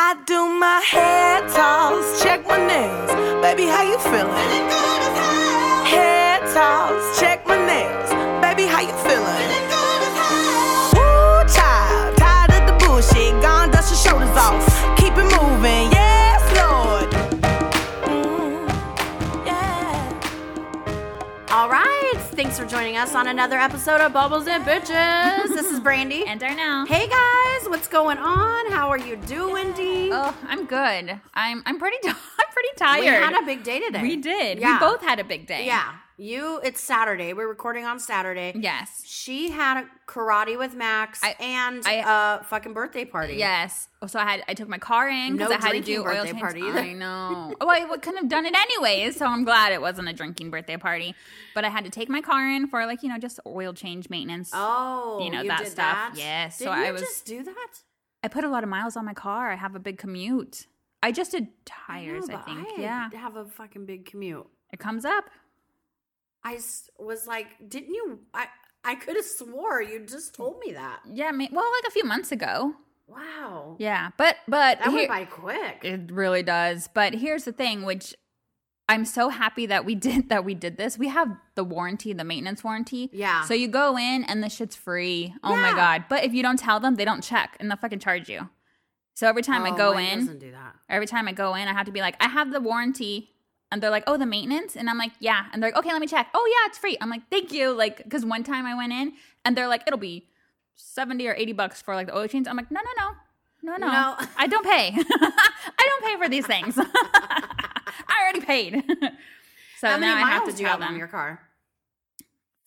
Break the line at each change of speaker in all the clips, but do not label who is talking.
I do my hair toss, check my nails. Baby, how you feeling? Hair toss, check my nails. Baby, how you feeling? Woo, child, tired of the bullshit. Gone, dust your shoulders off. Keep it moving, yes, Lord. Mm, yeah.
All right. Thanks for joining us on another episode of Bubbles and Bitches. This is Brandy.
And Darnell.
hey guys, what's going on? How are you doing, Dee?
Oh, I'm good. I'm I'm pretty I'm pretty
we
tired.
had a big day today.
We did.
Yeah.
We both had a big day.
Yeah. You, it's Saturday. We're recording on Saturday.
Yes.
She had a karate with Max
I-
and
I-
a fucking birthday party.
Yes. Oh, So I had I took my car in because
No
I had to
drinking
do oil
birthday
change.
party either.
I know. Oh, I w- couldn't have done it anyways. So I'm glad it wasn't a drinking birthday party. But I had to take my car in for like you know just oil change maintenance.
Oh,
You know,
you
that
did
stuff.
That?
Yes,
Did
so
you
I was-
just do that?
I put a lot of miles on my car. I have a big commute. I just did tires.
no,
I,
but
think. yeah.
have a fucking big commute.
It comes up.
I s- was like, didn't you? I I could have swore you just told me that.
Yeah. ma- Well, like a few months ago.
Wow.
Yeah. But but
That went
here-
by quick.
It really does. But here's the thing, which I'm so happy that we did that we did this. We have the warranty, the maintenance warranty.
Yeah.
So you go in and the shit's free. Oh my
Yeah.
god. But if you don't tell them, they don't check and they'll fucking charge you. So every time I
Oh,
go
mine
in,
doesn't do that.
every time I go in, I have to be like, I have the warranty. And they're like, oh, the maintenance? And I'm like, yeah. And they're like, okay, let me check. Oh, yeah, it's free. I'm like, thank you. Like, because one time I went in and they're like, it'll be 70 or 80 bucks for like the oil change. I'm like, no, no, no. No, no.
No.
I don't pay. I don't pay for these things. I already paid. so
How
now
many
I
miles
have to
do you
tell
have on
them.
your car?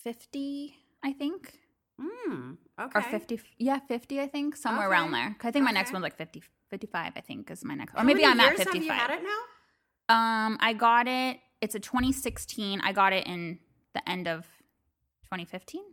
50, I think.
Mm, okay.
Or 50. Yeah, 50, I think. Somewhere around
Okay.
there. I think my next
Okay.
one's like 50, 55, I think is my next Or
How
maybe
many
I'm at
years
55.
Have you had it now?
Um, I got it. It's a 2016. I got it in the end of 2015.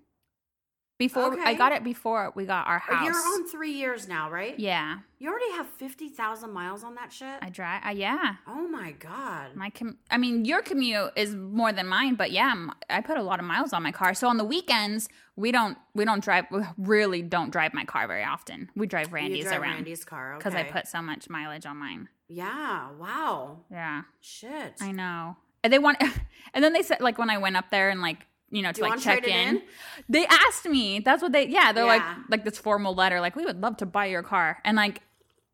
Before I
Okay.
got it before we got our house.
You're on three years now, right?
Yeah,
You already have fifty thousand miles on that shit.
I drive. Uh, yeah,
oh my god.
my com- I mean, your commute is more than mine, but yeah, m- I put a lot of miles on my car. So on the weekends, we don't we don't drive. We really don't drive my car very often. We drive Randy's
you drive
around
Randy's car
because
okay.
I put so much mileage on mine.
Yeah. Wow.
Yeah.
Shit.
I know. And they want, and then they said like when I went up there and like you know to
you
like
wanna
check
trade it
in,
in?
they asked me. That's what they yeah they're like
Yeah.
like this formal letter like we would love to buy your car and like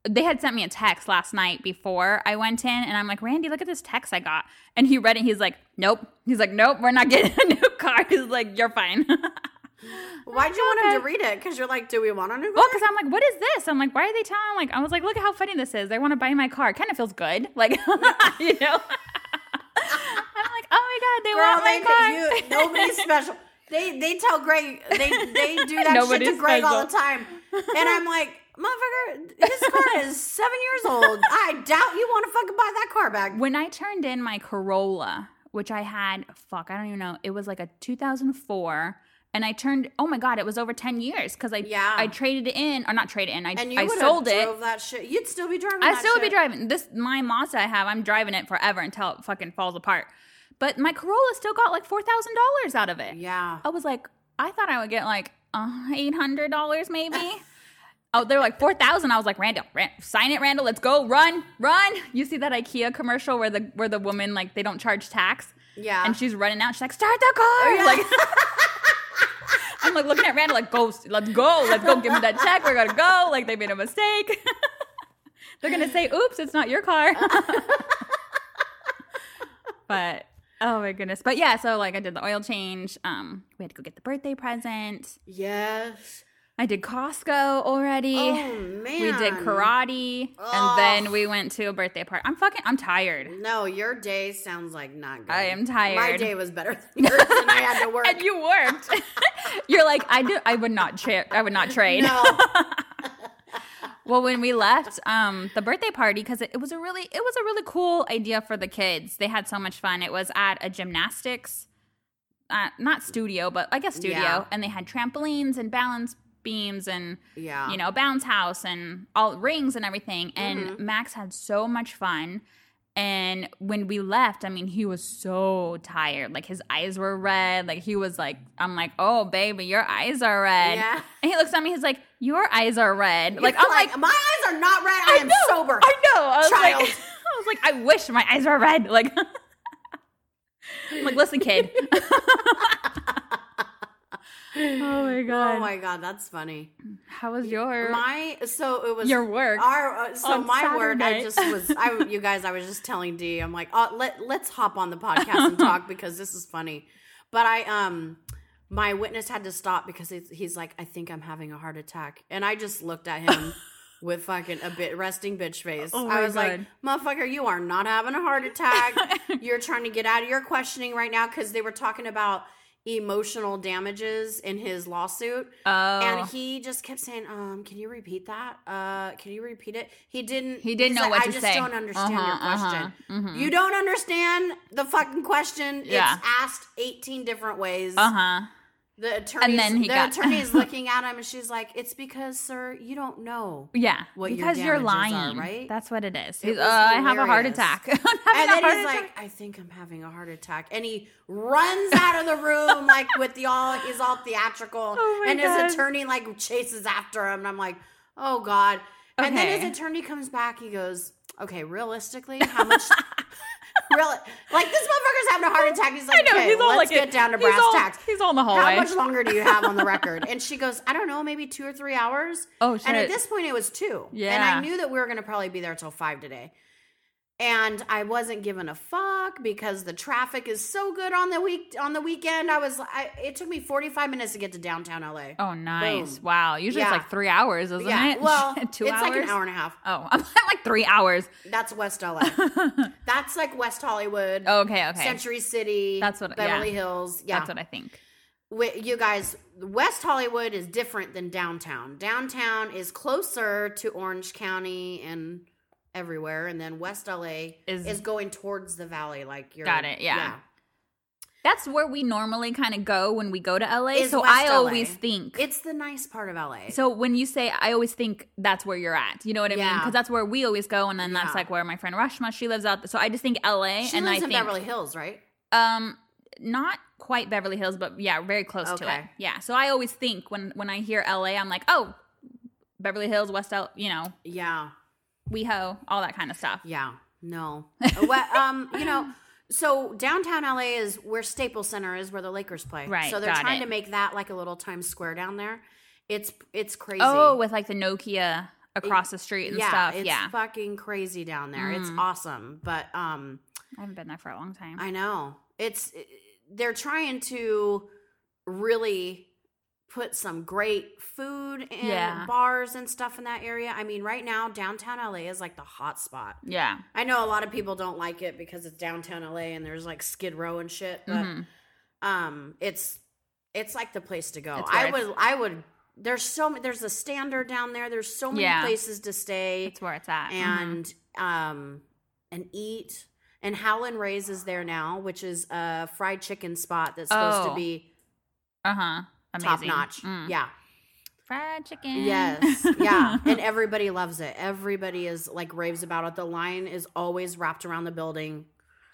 they had sent me a text last night before I went in and I'm like Randy look at this text I got and he read it he's like nope he's like nope we're not getting a new car he's like you're fine.
Why'd you want him to read it? Because you're like, do we want a new car?
Well, because I'm like, what is this? I'm like, why are they telling? Like, I was like, look at how funny this is. They want to buy my car. It kind of feels good, like, you know. I'm like, oh my god, they
Girl,
want my
they,
car.
you, nobody's special. They they tell Greg they they do that shit
Nobody's
to Greg all the
special.
time, and I'm like, motherfucker, his car is seven years old. I doubt you want to fucking buy that car back.
when I turned in my Corolla, which I had, fuck, I don't even know. It was like a 2004. And I turned, oh my god, it was over ten years because I
Yeah.
I traded it in or not traded in. I,
And you
I
would
sold
have
it.
drove that shit. You'd still be driving.
I
that
still would be
shit.
driving this my Mazda I have. I'm driving it forever until it fucking falls apart. But my Corolla still got like four thousand dollars out of it.
Yeah.
I was like, I thought I would get like uh, eight hundred dollars maybe. oh, they were like four thousand. I was like, Randall, Ran- sign it, Randall. Let's go, run, run. You see that IKEA commercial where the where the woman like they don't charge tax,
Yeah. Oh,
and she's running out. She's like, start the car.
Yeah.
Like, I'm like looking at Randall like, go, let's go, let's go, give me that check. We're gonna go. Like they made a mistake. They're gonna say, oops, it's not your car. but oh my goodness. But yeah, so like I did the oil change. Um, we had to go get the birthday present.
yes.
I did Costco already.
Oh man.
we did karate.
Ugh.
And then we went to a birthday party. I'm fucking I'm tired.
No, your day sounds like not good.
I
My
am tired.
day was better than yours, and I had to work.
And you worked. You're like, I do I would not trade I would not trade.
no.
Well, when we left um, the birthday party, because it, it was a really it was a really cool idea for the kids. They had so much fun. It was at a gymnastics, uh, not studio, but I guess studio,
Yeah.
and they had trampolines and balance beams and
Yeah.
you know bounce house and all rings and everything. And
Mm-hmm.
Max had so much fun. And when we left, I mean, he was so tired. Like his eyes were red. Like he was like, I'm like, oh baby, your eyes are red.
Yeah.
And he looks at me. He's like, your eyes are red. Like
It's
I'm like,
my eyes are not red. I, am
know,
sober.
I know. I was like,
Child.
I was like, I wish my eyes were red. Like, I'm like, listen, kid. oh my god.
oh my god, that's funny.
How was your
My so it was
your work?
Our uh, so
on
my work. I
Saturday.
just was. I you guys. I was just telling D. I'm like, oh, let let's hop on the podcast and talk because this is funny. But I um. My witness had to stop because he's, he's like, I think I'm having a heart attack, and I just looked at him with fucking a bit resting bitch face.
Oh
I
my
was like,
God.
motherfucker, you are not having a heart attack. You're trying to get out of your questioning right now because they were talking about emotional damages in his lawsuit.
oh,
And he just kept saying, um, can you repeat that? Uh, can you repeat it? He didn't.
He didn't
he's
know
like,
what
I
to
just
say.
don't understand your
Uh-huh, uh-huh,
question.
mhm.
You don't understand the fucking question.
Yeah.
It's asked 18 different ways.
uh huh.
The attorney,
then
the
he got-
attorney is looking at him and she's like, it's because, sir, you don't know.
Yeah,
What your
because you're
damages are,
lying.
right?
That's what it is.
It
He's,
was
uh, I have a heart
hilarious.
attack. I'm
And
having a
then
heart
he's
attack.
like, I think I'm having a heart attack. And he runs out of the room, like with the all, he's all theatrical.
Oh my
and
God.
his attorney, like, chases after him. And I'm like, oh God. And then
Okay.
his attorney comes back. He goes, okay, realistically, how much. real, like, this motherfucker's having a heart attack. He's like,
I know.
okay,
he's all
let's
like,
get down to
he's
brass
all-
tacks.
He's all in the hallway.
How much longer do you have on the record? And she goes, I don't know, maybe two or three hours.
Oh,
And at
shit.
this point, it was two. And
Yeah.
I knew that we were going to probably be there till five today. And I wasn't giving a fuck because the traffic is so good on the week on the weekend. I was, I, it took me forty five minutes to get to downtown LA.
oh, nice.
Boom.
Wow. Usually
Yeah.
it's like three hours, isn't it?
well,
two
it's
hours.
like an hour and a half.
Oh, I'm like three hours.
That's West LA. That's like West Hollywood,
Oh, Okay, okay.
Century City.
That's what- yeah.
Beverly Hills. Yeah,
That's what I think.
Wi- you guys, West Hollywood is different than downtown. Downtown is closer to Orange County and everywhere, and then West LA
Is-
is, going towards the valley. Like you're
Got it, yeah. That's where we normally kind of go when we go to LA.
Is
so
West
I
LA.
always think.
It's the nice part of LA.
so when you say, I always think that's where you're at. You know what I mean?
Yeah.
Because that's where we always go, and then that's
Yeah.
like where my friend Rashma she lives out. So I just think LA,
she
and
lives
I
in
think
Beverly Hills, right?
um not quite Beverly Hills, but yeah, very close to it.
Okay.
Yeah. So I always think when when I hear LA, I'm like, oh, Beverly Hills, West L, you know,
Yeah,
WeHo, all that kind of stuff.
yeah. No, what, um, you know. So downtown LA is where Staples Center is, where the Lakers play.
Right,
So they're
got
trying
it.
to make that like a little Times Square down there. It's it's crazy.
Oh, with like the Nokia across the street and
yeah,
stuff.
It's
Yeah.
fucking crazy down there. It's
Mhm.
awesome. But um
I haven't been there for a long time.
I know. It's eh, they're trying to really put some great food and
Yeah.
bars and stuff in that area. I mean, right now downtown LA is like the hot spot.
yeah.
I know a lot of people don't like it because it's downtown LA and there's like Skid Row and shit, but
Mhm.
um it's it's like the place to go
It's where
i
it's-
would i would there's so ma- there's a standard down there there's so many
Yeah.
places to stay
It's where it's at. Mhm.
and um and eat and howlin rays is there now which is a fried chicken spot that's supposed
Oh,
to be
uh-huh. Amazing.
top notch
Mm.
yeah
Fried chicken.
yes yeah and everybody loves it everybody is like raves about it the line is always wrapped around the building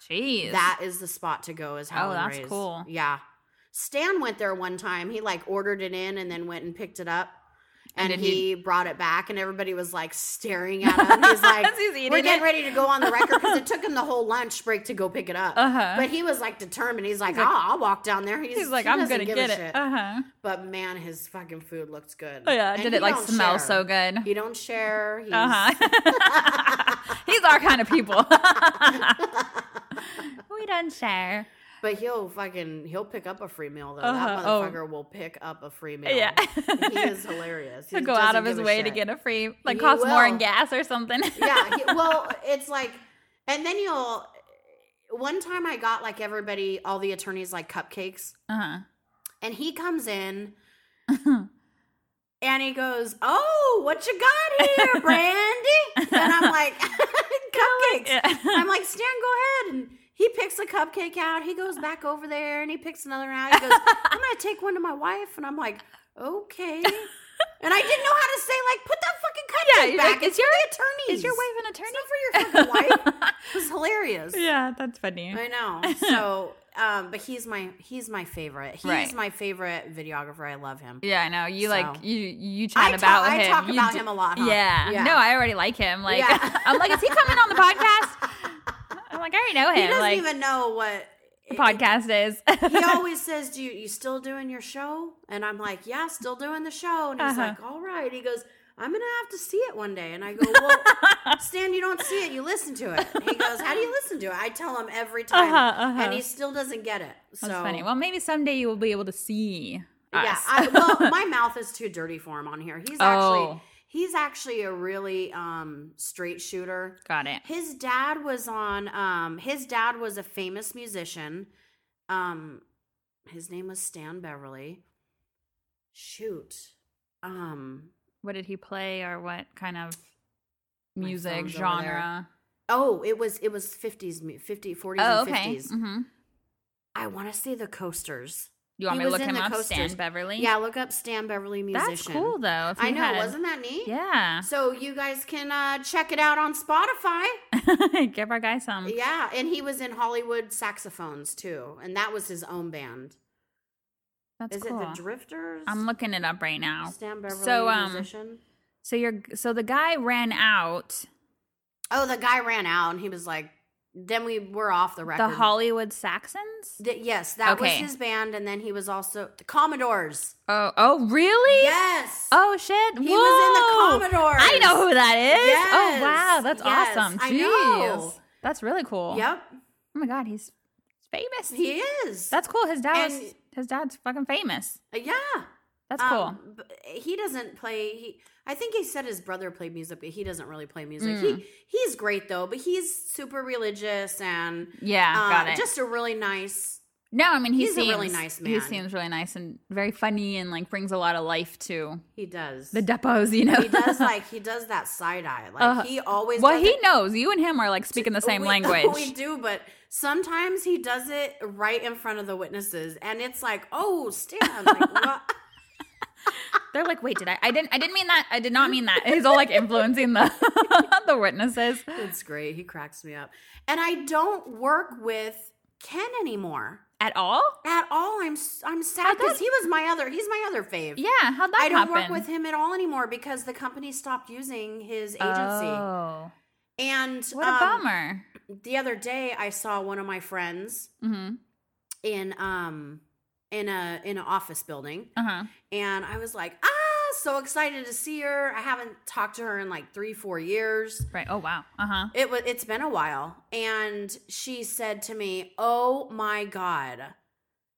Jeez. Oh,
That is the spot to go. Is Howlin'
that's
Rays.
cool.
Yeah, Stan went there one time. He like ordered it in and then went and picked it up,
And
and,
did he-
he, brought it back, and everybody was like staring at him. He's like,
As he's eating
"We're getting
it.
ready to go on the record because it took him the whole lunch break to go pick it up."
Uh-huh.
But he was like determined. He's like,
like-
"Ah, I'll walk down there." He's,
He's like,
he
I'm
doesn't
gonna
give
get
a
it.
shit.
Uh huh.
But man, his fucking food looked good.
Oh, yeah.
And
Did
he
it like
don't
smell
share.
so good?
He don't share. He's,
Uh huh. Uh-huh. He's our kind of people. we don't share.
But he'll fucking he'll pick up a free meal though.
Uh-huh.
That
Oh.
motherfucker will pick up a free meal.
Yeah.
he is hilarious.
He'll go out of his way to get a free, like,
He
costs more in
will.
gas or something.
yeah. He, well, it's like, and then you'll. One time I got like everybody, all the attorneys like cupcakes,
Uh
and he comes in
huh.
and he goes, "Oh, what you got here, Brandy?" and I'm like, "Cupcakes." I'm like, Stan, go ahead. And he picks a cupcake out. He goes back over there and he picks another one out. He goes, I'm going to take one to my wife. And I'm like, okay. And I didn't know how to say like put that fucking
Yeah,
cutting
you're
back.
like,
it's
is your-
for the attorneys.
Is your wife an attorney?
It's not for your fucking wife. It was hilarious.
Yeah, that's funny.
I know. So, um, but he's my he's my favorite. He's
Right.
my favorite videographer. I love him.
Yeah, I know. You
So-
like you you chat
talk-
about
I
him.
talk
You
about him a lot, huh?
Yeah.
Uh-huh. Yeah.
No, I already like him. Like
Yeah.
I'm like, is he coming on the podcast? I'm like, I already know
He
him.
doesn't
like
even know what
the podcast is.
he always says, "Do you, you still doing your show?" And I'm like, "Yeah, still doing the show." And he's
Uh-huh.
like, "All right." He goes, "I'm gonna have to see it one day." And I go, "Well, Stan, you don't see it. You listen to it." He goes, "How do you listen to it?" I tell him every time,
Uh-huh, uh-huh.
and he still doesn't get it. So
That's funny. Well, maybe someday you will be able to see. Us.
yeah. I, well, my mouth is too dirty for him on here. He's actually
Oh.
he's actually a really um, straight shooter.
got it.
His dad was on. Um, his dad was a famous musician. Um, his name was Stan Beverly. Shoot. Um.
What did he play, or what kind of
My
music
phone's over there.
genre?
Oh, it was it was fifties, 50, 40s
Oh,
and
okay.
50s
hmm
I want to say the Coasters.
You
He
want me to
was
look
in
him
the
up?
Coasters.
Stan Beverly.
Yeah, look up Stan Beverly musician.
that's cool though. if
I
you
know,
had-
wasn't that neat?
Yeah.
So you guys can uh, check it out on Spotify.
Give our guy some.
Yeah, and he was in Hollywood Saxophones too, and that was his own band.
That's
Is
cool.
it the Drifters?
I'm looking it up right now.
Stan Beverly,
So, um,
musician.
So you're so the guy ran out
Oh, the guy ran out, and he was like, "Then we were off the record."
the Hollywood Saxons.
Th- yes, that was
Okay.
his band, and then he was also the Commodores.
Oh, oh, really?
Yes.
Oh shit!
He was in the
Whoa!
Commodores.
I know who that is.
Yes.
Oh wow, that's
Yes,
awesome. Jeez,
I know.
that's really cool.
Yep,
Oh my god, he's famous.
he is.
that's cool. His dad was,
And-
his dad's fucking famous.
yeah.
That's
Um,
cool.
b- he doesn't play. He, I think he said his brother played music, but he doesn't really play music.
Mm.
He he's great though, but he's super religious and
Yeah,
uh,
got it.
just a really nice.
no, I mean he
he's a
seems
really nice
He
man.
seems really nice and very funny and like brings a lot of life to
He does.
the depots. You know,
he does like he does that side eye. Like
Uh,
he always.
well,
does
he
it-
knows you and him are like speaking the same
we-
language.
We do, but sometimes he does it right in front of the witnesses, and it's like, oh, Stan, like, what?
They're like, wait, did I? I didn't. I didn't mean that. I did not mean that. He's all like influencing the the witnesses.
it's great. He cracks me up, and I don't work with Ken anymore
At all?
at all. I'm s- I'm sad
How'd
because he was my other. He's my other fave.
Yeah. How'd that
I don't
happen?
work with him at all anymore because the company stopped using his agency.
Oh,
and
what a
um,
bummer.
The other day, I saw one of my friends
Mm-hmm.
in um in a in an office building
Uh huh.
and I was like, ah, so excited to see her. I haven't talked to her in like three, four years.
Right. Oh wow. Uh huh.
It was it's been a while. And she said to me, Oh my God,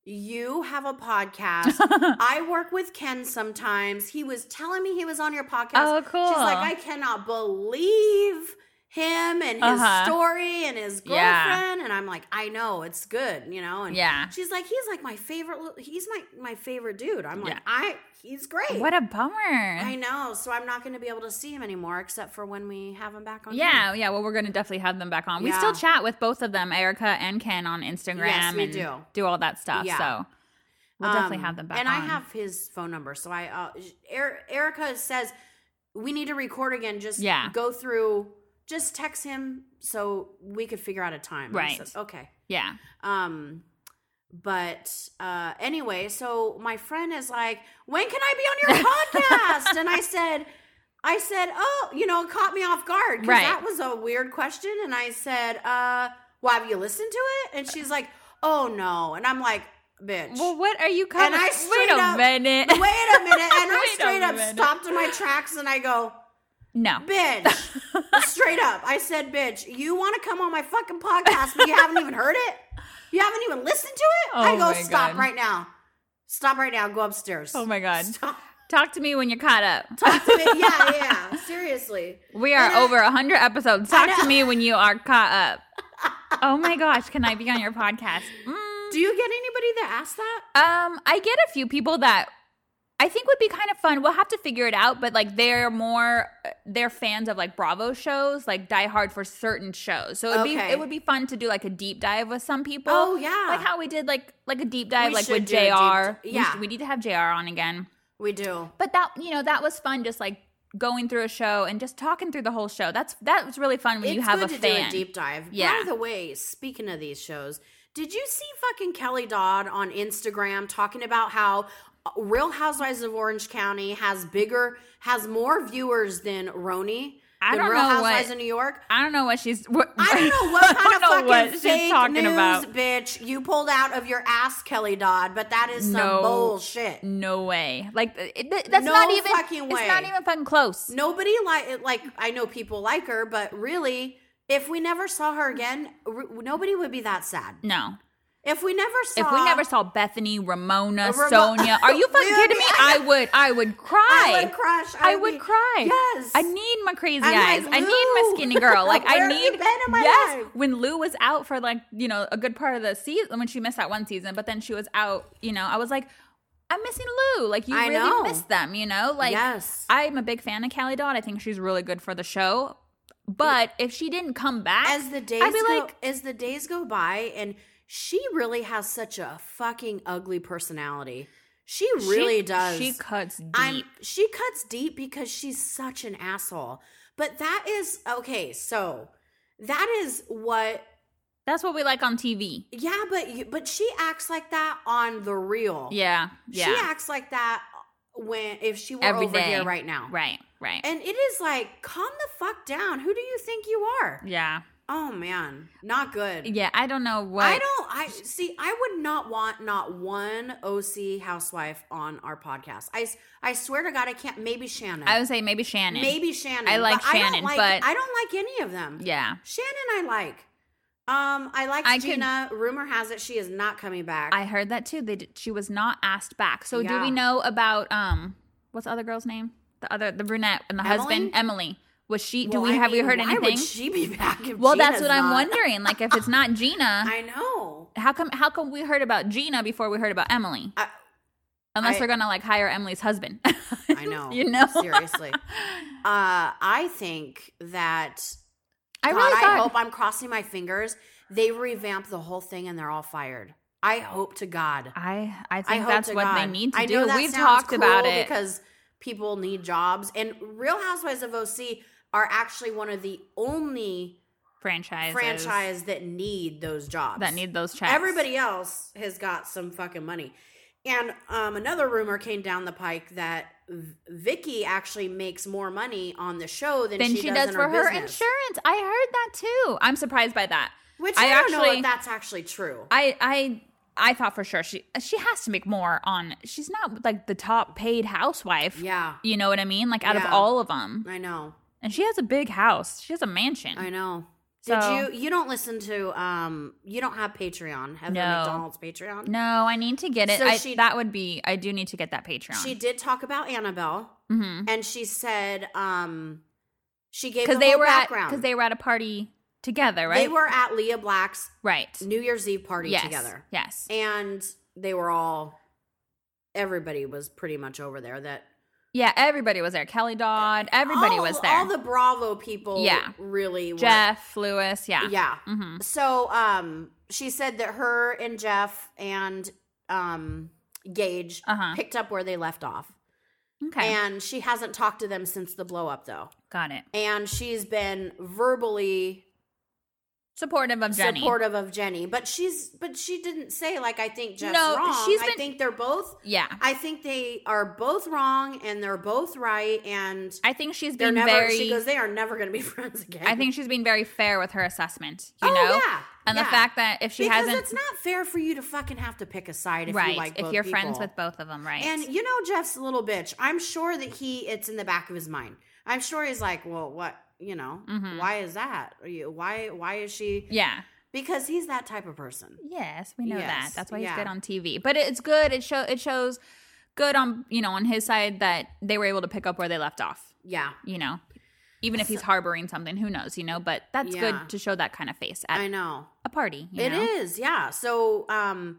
you have a podcast. I work with Ken sometimes. He was telling me he was on your podcast.
Oh, cool.
She's like, I cannot believe him and his
Uh-huh.
story and his girlfriend.
Yeah.
And I'm like, I know, it's good, you know? And
Yeah.
She's like, he's like my favorite. li- He's my my favorite dude. I'm like,
Yeah.
I he's great.
What a bummer.
I know. So I'm not going to be able to see him anymore, except for when we have him back on.
yeah, yeah. Well, we're gonna definitely have them back on. We
Yeah.
still chat with both of them, Erica and Ken, on Instagram.
Yes, we
and
do.
all that stuff.
Yeah.
So we'll
Um,
definitely have them back.
And I
on.
have his phone number. So I, uh, er- Erica says we need to record again. Just
Yeah.
go through. Just text him so we could figure out a time. And I
Right.
said, okay.
Yeah.
Um, but uh, anyway, so my friend is like, "When can I be on your podcast?" and I said, "I said, oh, you know, it caught me off guard 'cause
Right.
that was a weird question." And I said, "Uh, well, have you listened to it?" And she's like, "Oh no," and I'm like, "Bitch."
Well, what are you coming?
and I
Wait
straight
a
up-
minute.
Wait a minute, and I
Wait a
straight up
minute.
stopped in my tracks and I go,
no.
"Bitch!" straight up, I said, "Bitch, you want to come on my fucking podcast, but you haven't even heard it? You haven't even listened to it?"
Oh
I go,
my
"Stop
God.
right now! Stop right now! Go upstairs!"
Oh my god.
Stop.
Talk to me when you're caught up.
Talk to me. yeah, yeah. Seriously.
We are
And I-
over over 100 episodes.
I
Talk
know.
to me when you are caught up. oh my gosh, can I be on your podcast? Mm.
Do you get anybody that asks that?
Um, I get a few people that I think would be kind of fun. We'll have to figure it out, but like they're more they're fans of like Bravo shows, like Die Hard for certain shows. So it'd
Okay.
be it would be fun to do like a deep dive with some people.
Oh, yeah.
like how we did like like a deep dive
We
like
should
with
do a
Jr.
deep-
We
yeah.
should- we need to have Jr. on again.
We do.
But that you know that was fun, just like going through a show and just talking through the whole show. That's that was really fun when you
It's
have
good
a
to
fan.
do a deep dive.
Yeah.
By the way, speaking of these shows, did you see fucking Kelly Dodd on Instagram talking about how uh, Real Housewives of Orange County has bigger, has more viewers than Roni?
I
than
don't
Real
know
Housewives
what-
of New York.
I don't know what she's. What,
I don't know what
I
kind of
don't
fucking
know what
fake
she's talking
news,
about.
bitch, you pulled out of your ass, Kelly Dodd. But that is some
No.
bullshit.
No way. Like it, it- that's
No
not even.
fucking way.
It's not even fucking close.
Nobody like like I know people like her, but really, if we never saw her again, r- nobody would be that sad.
No.
If we never saw,
If we never saw Bethany, Ramona,
Ramo-
Sonia, are you
We
fucking
would
kidding
be-
me? I would, I would cry.
I would crush.
I would
be-
cry.
Yes,
I need my crazy
I'm
eyes.
like,
I need my
"Lou,
skinny girl. Like
where
I
have you
need.
been in my
yes.
life?"
When Lou was out for like you know a good part of the season when she missed that one season, but then she was out. You know, I was like. I'm missing Lou. Like you
I
really
know.
miss them, you know? Like
Yes.
I'm a big fan of Callie Dodd. I think she's really good for the show. But if she didn't come back
As the days
I'd be
go,
like,
as the days go by, and she really has such a fucking ugly personality. She
she-
really does.
She cuts deep.
I'm she cuts deep because she's such an asshole. But that is okay, so that is what
That's what we like on TV.
yeah, but you, but she acts like that on the real.
Yeah. Yeah.
She acts like that when if she were
Every
over here
day.
right now.
right. Right.
And it is like calm the fuck down. Who do you think you are?
yeah.
Oh man, not good.
Yeah. I don't know what.
I don't I see I would not want not one OC housewife on our podcast. I s- I swear to god I can't maybe Shannon.
I would say maybe Shannon.
Maybe Shannon.
I like
but I don't
Shannon,
like,
but-
I don't like any of them.
Yeah.
Shannon, I like. Um, I like
I can-
Gina. Rumor has it she is not coming back.
I heard that too. They did, she was not asked back. So do
Yeah.
we know about um what's the other girl's name? The other the brunette and the husband Emily. Was she? do
Well,
we
I
have
mean,
we heard
why
anything?
Would she be back? If
well, that's
Gina's
what I'm
not?
wondering. Like if it's not Gina,
I know.
how come how come we heard about Gina before we heard about Emily?
I-
Unless
I-
they're gonna like hire Emily's husband.
I know.
you know.
seriously. Uh, I think that.
I
God,
really thought
I hope I'm crossing my fingers. They revamp the whole thing and they're all fired. I hope to God.
I I
I
think
hope
that's
to
what they
God.
need to
I
do.
Know that
We've
sounds
talked
cool
about it.
because people need jobs, and Real Housewives of OC are actually one of the only
franchises
franchise that need those jobs.
that need those checks.
everybody else has got some fucking money. And um, another rumor came down the pike that V- Vicky actually makes more money on the show than,
then she, does,
in
for her
business,
insurance. I heard that too. I'm surprised by that.
Which
I
I, don't know
actually-
if that's actually true.
I I I thought for sure she she has to make more on. She's not like the top paid housewife.
yeah,
You know what I mean? Like out of
Yeah.
all of them,
I know.
and she has a big house. She has a mansion.
I know.
So-
Did you? You don't listen to. Um, you don't have Patreon. Heather
No.
McDonald's Patreon.
No, I need to get it.
So
I,
she-
that would be. I do need to get that Patreon.
She did talk about Annabelle,
mm-hmm.
and she said, um, she gave
because
the
they
whole
were at
background
because they were at a party together, right?
They were at Leah Black's
right.
New Year's Eve party
yes.
together,
Yes.
and they were all. Everybody was pretty much over there. That
yeah. Everybody was there. Kelly Dodd. Everybody
all-
was there.
All the Bravo people,
Yeah.
really. were-
Jeff Lewis. Yeah.
yeah.
Mm-hmm.
So um she said that her and Jeff and um Gage
Uh-huh.
picked up where they left off.
Okay.
And she hasn't talked to them since the blow up though.
Got it.
And she's been verbally
Supportive of Jenny.
supportive of Jenny, but she's but she didn't say like I think Jeff's
No,
wrong.
she's
I
been-
think they're both
Yeah.
I think they are both wrong and they're both right and
I think she's
they're
been
never
very.
she goes they are never going to be friends again.
I think she's being very fair with her assessment. You
Oh,
know,
yeah,
and the
yeah.
fact that if she
because
hasn't,
it's not fair for you to fucking have to pick a side if
right,
you like
if
both
you're friends
people.
with both of them, right?
And you know Jeff's a little bitch. I'm sure that he it's in the back of his mind. I'm sure he's like, well, what you know,
Mhm.
why is that? Are you- Why why is she?
yeah,
Because he's that type of person.
yes, we know that.
Yes,
That's why he's
yeah.
good on TV. But it's good. It show it shows good on you know on his side that they were able to pick up where they left off.
Yeah,
You know, even if he's harboring something, who knows? You know, but that's
Yeah.
good to show that kind of face at
I know
a party.
it is. Yeah. So um,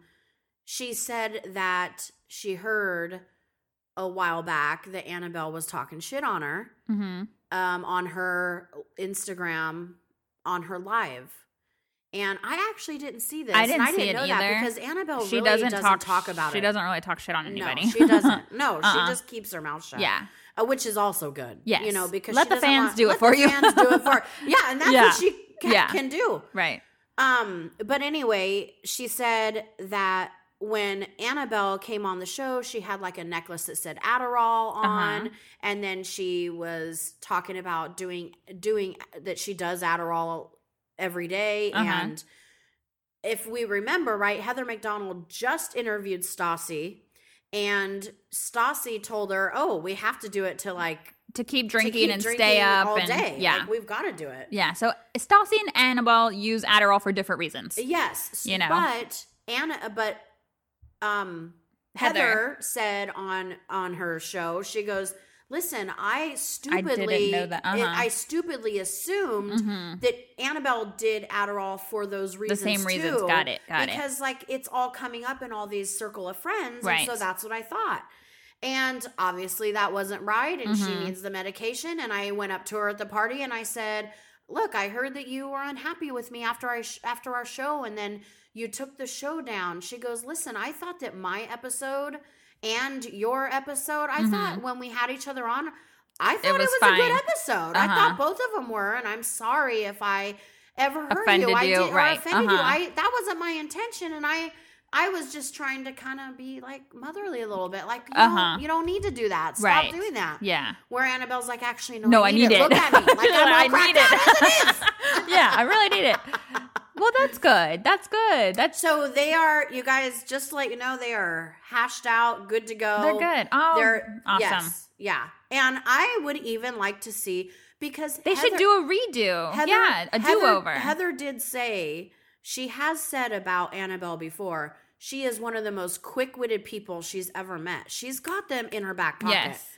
she said that she heard a while back that Annabelle was talking shit on her
Mm-hmm.
um on her Instagram on her live. And I actually didn't see this.
I
and
didn't see it
know
either.
that because Annabelle
she
Oh, really
doesn't,
doesn't,
talk,
talk about
she
it.
doesn't really talk shit on anybody.
No, she doesn't. No,
Uh-uh.
she just keeps her mouth shut.
Yeah.
Uh, which is also good.
Yes.
you know because
Let
she
the
doesn't
fans
want-
do it
let
for
the
you.
Fans do it for her. yeah, and that's
Yeah.
what she can,
Yeah.
can do.
right.
Um, but anyway, she said that when Annabelle came on the show, she had like a necklace that said Adderall on,
Uh-huh.
and then she was talking about doing doing that she does Adderall every day.
Uh-huh.
and if we remember right, Heather McDonald just interviewed Stassi, and Stassi told her, "Oh, we have to do it to like
To keep
to
drinking
keep
and stay
drinking
up
all
and
day.
yeah.
Like, we've got to do it.
yeah. So Stassi and Annabelle use Adderall for different reasons.
Yes, s-
You know.
but Anna, but um, Heather,
Heather.
said on on her show, she goes, "Listen, I stupidly,
know that.
I-
Uh-huh.
I stupidly assumed
Mhm.
that Annabelle did Adderall for those
The
reasons,
same reasons.
too,
Got it. Got it.
because like it's all coming up in all these circle of friends, and
Right.
so that's what I thought." And obviously that wasn't right, and
Mhm.
she needs the medication. And I went up to her at the party and I said, look i heard that you were unhappy with me after i sh- after our show and then you took the show down she goes listen i thought that my episode and your episode i thought when we had each other on i thought it
Mm-hmm. was
was, a good
fine.
episode i
Uh-huh.
thought both of them were and i'm sorry if i ever hurt
Offended
you i
you,
did or
right,
offended you
uh-huh.
i that wasn't my intention and i I was just trying to kind of be like motherly a little bit, like you,
Uh-huh.
don't, you don't need to do that. Stop
Right.
doing that.
Yeah.
Where Annabelle's like, actually, no,
No,
I, need, it. Look at me, like I'm all
I
cracked
need
out as it is.
it. yeah, I really need it. Well, that's good. That's good. That's
So they are, you guys, just to let you know, they are hashed out, good to go.
they're good. Oh,
They're
awesome.
Yes, yeah. And I would even like to see because
They should
Heather-
do a redo.
Heather-
yeah, a
Heather-
do-over.
Heather did say she has said about Annabelle before. She is one of the most quick-witted people she's ever met. She's got them in her back pocket.
yes.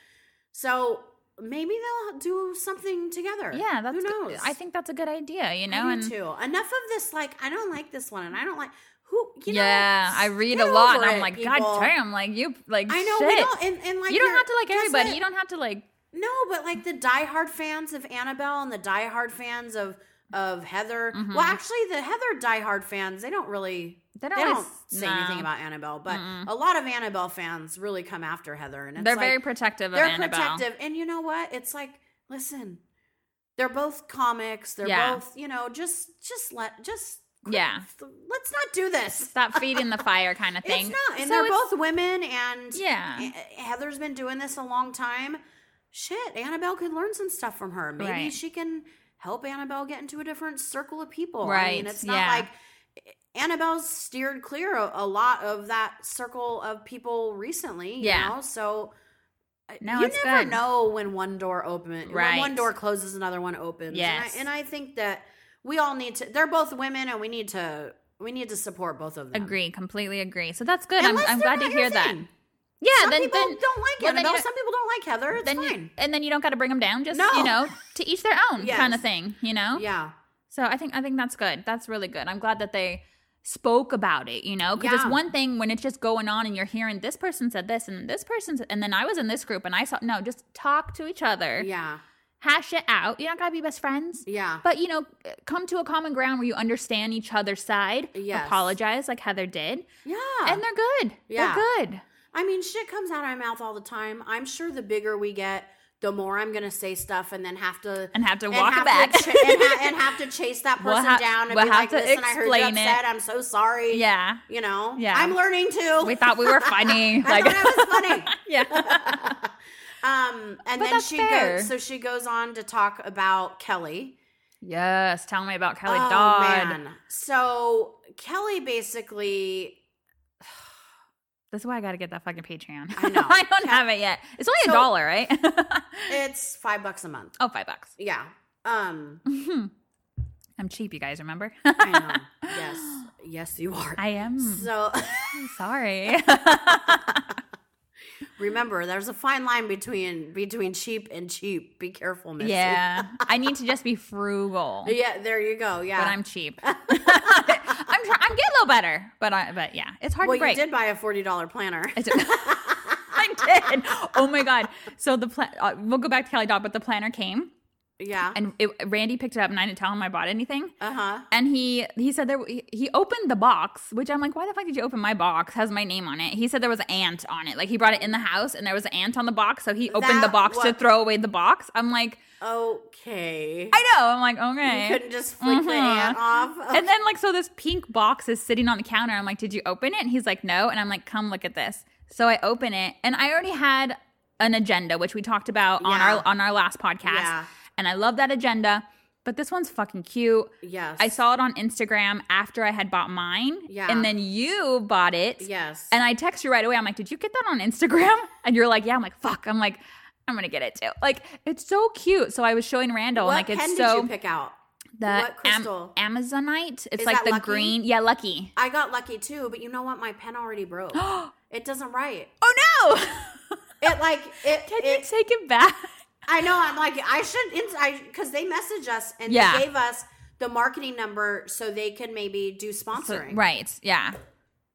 So maybe they'll do something together.
Yeah, that's
who
good.
knows.
I think that's a good idea, you know?
I
and
do too. Enough of this. Like, I don't like this one, and I don't like who. You know,
yeah, I read a
get
lot and
over
I'm
it,
like,
people.
God damn, like you like
I know
shit.
we don't, and, and like
you don't
you're-
have to like
just
everybody.
let-
you don't have to like
No, but like the diehard fans of Annabelle and the diehard fans of of Heather.
Mhm.
Well, actually, the Heather diehard fans they don't really
they don't,
they
always-
don't say anything
no.
about Annabelle, but
Mm-mm.
a lot of Annabelle fans really come after Heather, and it's
They're
like,
very protective of
they're
Annabelle.
protective and you know what it's like listen they're both comics they're
Yeah.
both you know just just let just
Yeah.
let's not do this
Stop feeding the fire kind of thing.
it's not and
So
they're
it's-
both women and
Yeah.
A- heather's been doing this a long time shit annabelle could learn some stuff from her maybe
Right.
she can help annabelle get into a different circle of people i
Right,
mean it's not
yeah.
like annabelle's steered clear a, a lot of that circle of people recently you
Yeah.
know so I-
No,
you
it's
never
good.
know when one door opens.
Right.
When one door closes, another one opens.
Yes.
And I, and I think that we all need to. They're both women, and we need to. We need to support both of them.
Agree, completely agree. So that's good.
Unless
I'm, I'm
they're
glad to
not your
hear that.
thing.
Yeah,
Some
then
people
then,
don't like
well, then you
Annabelle.
don't-
Some people don't like Heather. It's
then you,
fine.
and then you don't got to bring them down. Just
No.
you know, to each their own
Yes.
kind of thing. You know.
yeah.
So I think I think that's good. That's really good. I'm glad that they spoke about it. You know, because it's
Yeah.
one thing when it's just going on and you're hearing this person said this and this person said, and then I was in this group and I saw no, just talk to each other,
Yeah.
hash it out. You don't gotta be best friends.
Yeah.
But you know, come to a common ground where you understand each other's side.
Yes.
Apologize like Heather did,
Yeah.
and they're good.
Yeah.
They're good.
I mean, shit comes out of my mouth all the time. I'm sure the bigger we get, the more I'm gonna say stuff, and then have to
And have to
and
walk
have
it back.
to cha- and, ha- and have to chase that
We'll
person
ha-
down and
we'll
be
have
like,
to
"Listen, I heard you
explain it.
upset. I'm so sorry."
yeah.
You know.
Yeah.
I'm learning too.
We thought we were
Oh.
funny.
I
like
thought I was funny.
Yeah.
Um, and then
But that's
she
fair.
goes. So she goes on to talk about Kelly.
Yes, tell me about Kelly Dodd.
Oh, So Kelly basically,
That's why I got to get that fucking Patreon.
I know.
I don't have it yet. It's only a
So-
dollar, right?
it's five bucks a month.
oh, five bucks.
Yeah. Um.
Mhm. I'm cheap, you guys. Remember?
I know. yes. Yes, you are.
I am.
so
I'm sorry.
remember, there's a fine line between between cheap and cheap. Be careful, Missy.
yeah, I need to just be frugal,
Yeah. There you go. Yeah.
but I'm cheap. I'm try- I'm getting a little better, but I but yeah, it's hard
well,
to break.
you did buy a forty dollar planner.
I did. I did. Oh my god! So the plan. Uh, we'll go back to Kelly Dodd, but the planner came,
Yeah.
and it, Randy picked it up and I didn't tell him I bought anything.
Uh huh.
And he he said there he, he opened the box, which I'm like, why the fuck did you open my box? Has my name on it. He said there was an ant on it. Like he brought it in the house and there was an ant on the box, so he opened the
That
box to
was-
throw away the box. I'm like,
Okay.
I know. I'm like,
you
okay.
couldn't just flick the
Mhm.
hand off.
and then like so this pink box is sitting on the counter. I'm like, did you open it? And he's like, no. And I'm like, come look at this. So I open it, and I already had an agenda, which we talked about on
Yeah.
our on our last podcast.
Yeah.
And I love that agenda, but this one's fucking cute.
yes.
I saw it on Instagram after I had bought mine.
Yeah.
And then you bought it.
Yes.
And I text you right away. I'm like, did you get that on Instagram? And you're like, yeah. I'm like, fuck. I'm like, I'm gonna get it too. Like, it's so cute. So I was showing Randall,
what
and like,
pen did
it's so
you pick out?
the
what
am-
crystal?
Amazonite. It's
Is
like
that
the
Lucky?
green. Yeah, lucky.
I got lucky too, but you know what? My pen already broke. it doesn't write.
Oh no!
It like it.
Can you
it,
take it back?
I know. I'm like I should. ins- I because they messaged us and
Yeah.
they gave us the marketing number so they can maybe do sponsoring.
right. Yeah.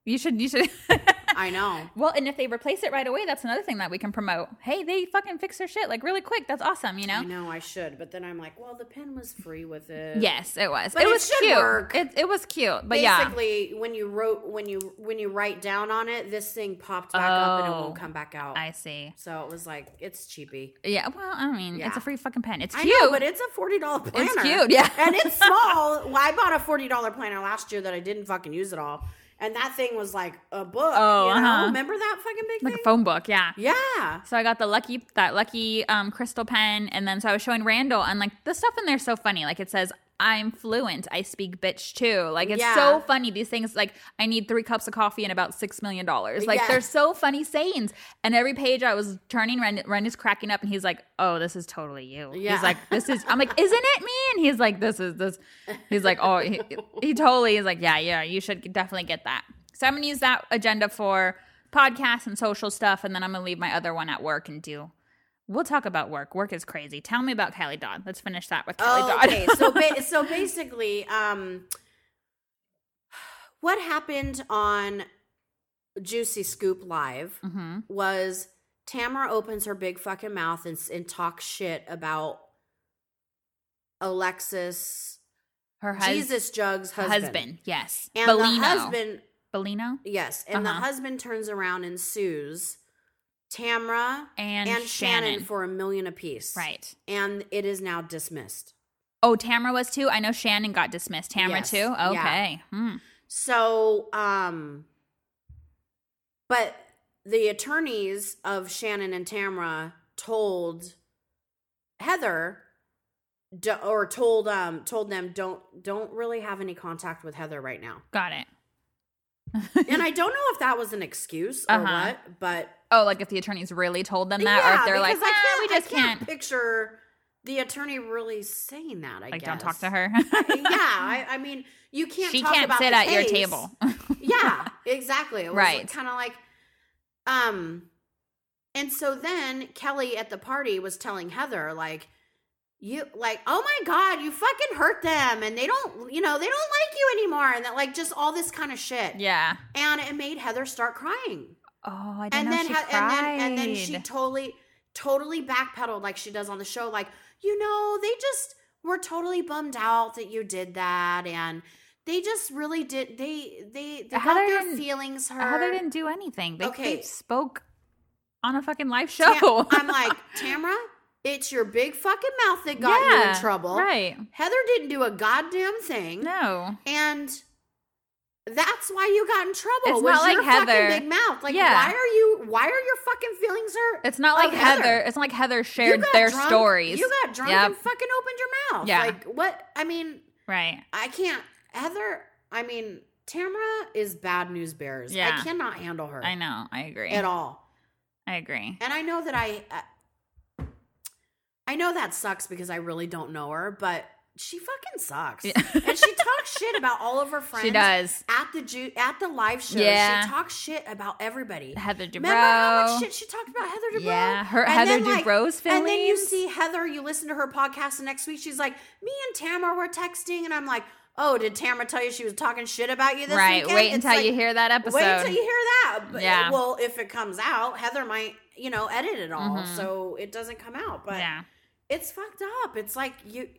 You should. You should.
I know.
well, and if they replace it right away, that's another thing that we can promote. Hey, they fucking fix their shit like really quick. That's awesome. You know.
I know I should, but then I'm like, well, the pen was free with it.
Yes, it was.
But
it
it
was
should
cute.
work.
It it was cute. But yeah.
Basically, when you wrote when you when you write down on it, this thing popped back up and it
Oh.
won't come back out.
I see.
so it was like it's cheapy.
Yeah, well, I mean, it's
Yeah.
a free fucking pen. It's
I
cute.
know, but it's a forty dollar planner.
cute, yeah.
and it's small. Well, I bought a forty dollar planner last year that I didn't fucking use at all, and that thing was like a book.
Oh,
you know?
uh-huh.
remember that fucking big
like a
thing?
phone book, yeah.
yeah,
So I got the lucky that lucky um, crystal pen, and then so I was showing Randall, and like the stuff in there is so funny. Like it says, "I'm fluent. I speak bitch too." Like it's
Yeah.
so funny. These things like I need three cups of coffee and about six million dollars. Like
Yeah.
they're so funny sayings. And every page I was turning, Rand, Randy's cracking up, and he's like, "Oh, this is totally you."
Yeah.
He's like, "This is." I'm like, "Isn't it me?" And he's like, "This is this." He's like, "Oh, he, he totally is like, yeah, yeah. You should definitely get that." So I'm gonna use that agenda for podcasts and social stuff, and then I'm gonna leave my other one at work and do. We'll talk about work. Work is crazy. Tell me about Kylie Dodd. Let's finish that with Kylie
Oh,
Dodd.
okay. So, ba- so basically, um, what happened on Juicy Scoop Live
hmm
was Tamara opens her big fucking mouth and, s- and talks shit about Alexis,
Her hus-
Jesus Jug's husband.
husband. Yes.
And the
Bellino.
husband,
Bellino
yes. And
Uh-huh.
the husband turns around and sues Tamara
and,
and,
Shannon.
Shannon. for a million apiece.
right.
And it is now dismissed.
Oh, Tamara was too. I know Shannon got dismissed. Tamara
Yes.
too.
Yeah.
Okay. Hmm.
So, um, but the attorneys of Shannon and Tamra told Heather, d- or told um, told them don't don't really have any contact with Heather right now.
Got it.
and I don't know if that was an excuse or
Uh-huh.
what, but
Oh, like if the attorneys really told them that, or if they're like,
because I
"Ah, we
can't-
just
I
can't,
picture the attorney really saying that. I
like,
guess.
don't talk to her.
yeah, I, I mean, you can't.
she
talk
can't
about
sit
the
at your
case.
table.
yeah, exactly. It was
Right.
Kind of like, um, and so then Kelly at the party was telling Heather like, you like, oh my god, you fucking hurt them, and they don't, you know, they don't like you anymore, and that like just all this kind of shit.
yeah.
And it made Heather start crying,
Oh, I didn't
and
know
then
she
He- and then and then she
cried.
totally, totally backpedaled like she does on the show, like you know, they just were totally bummed out that you did that, and. They just really did. They they they got
Heather
their
didn't-
feelings hurt.
Heather didn't do anything. They, they
Okay.
spoke on a fucking live
Tam-
show.
I'm like, Tamara, it's your big fucking mouth that got you in
Yeah,
trouble.
Right.
Heather didn't do a goddamn thing.
No.
And that's why you got in trouble. was
It's not
your
like Heather.
fucking big mouth. Like,
Yeah.
why are you why are your fucking feelings hurt?
It's not
Like
like Heather.
Heather.
It's not like Heather
You
shared
got
their
drunk-
stories.
You got drunk
Yep.
and fucking opened your mouth.
Yeah.
Like what I mean,
right.
I can't Heather, I mean, Tamara is bad news bears.
Yeah.
I cannot handle her
I know. I agree.
at all.
I agree.
And I know that I, I, I know that sucks because I really don't know her, but she fucking sucks,
Yeah.
and she talks shit about all of her friends.
She does.
at the ju- at the live show.
Yeah.
she talks shit about everybody.
Heather Dubrow.
Remember how much shit she talked about Heather Dubrow?
Yeah, her
And
Heather
then, like-
Dubrow's feelings.
And then you see Heather. You listen to her podcast the next week. She's like, "Me and Tamara were texting," and I'm like, "Oh, did Tamara tell you she was talking shit about you this
right.
weekend?"
Wait
It's
until
like,
you hear that episode.
Wait until you hear that. But,
Yeah.
Well, if it comes out, Heather might, you know, edit it all,
Mhm.
so it doesn't come out. But
yeah.
It's fucked up. It's like you.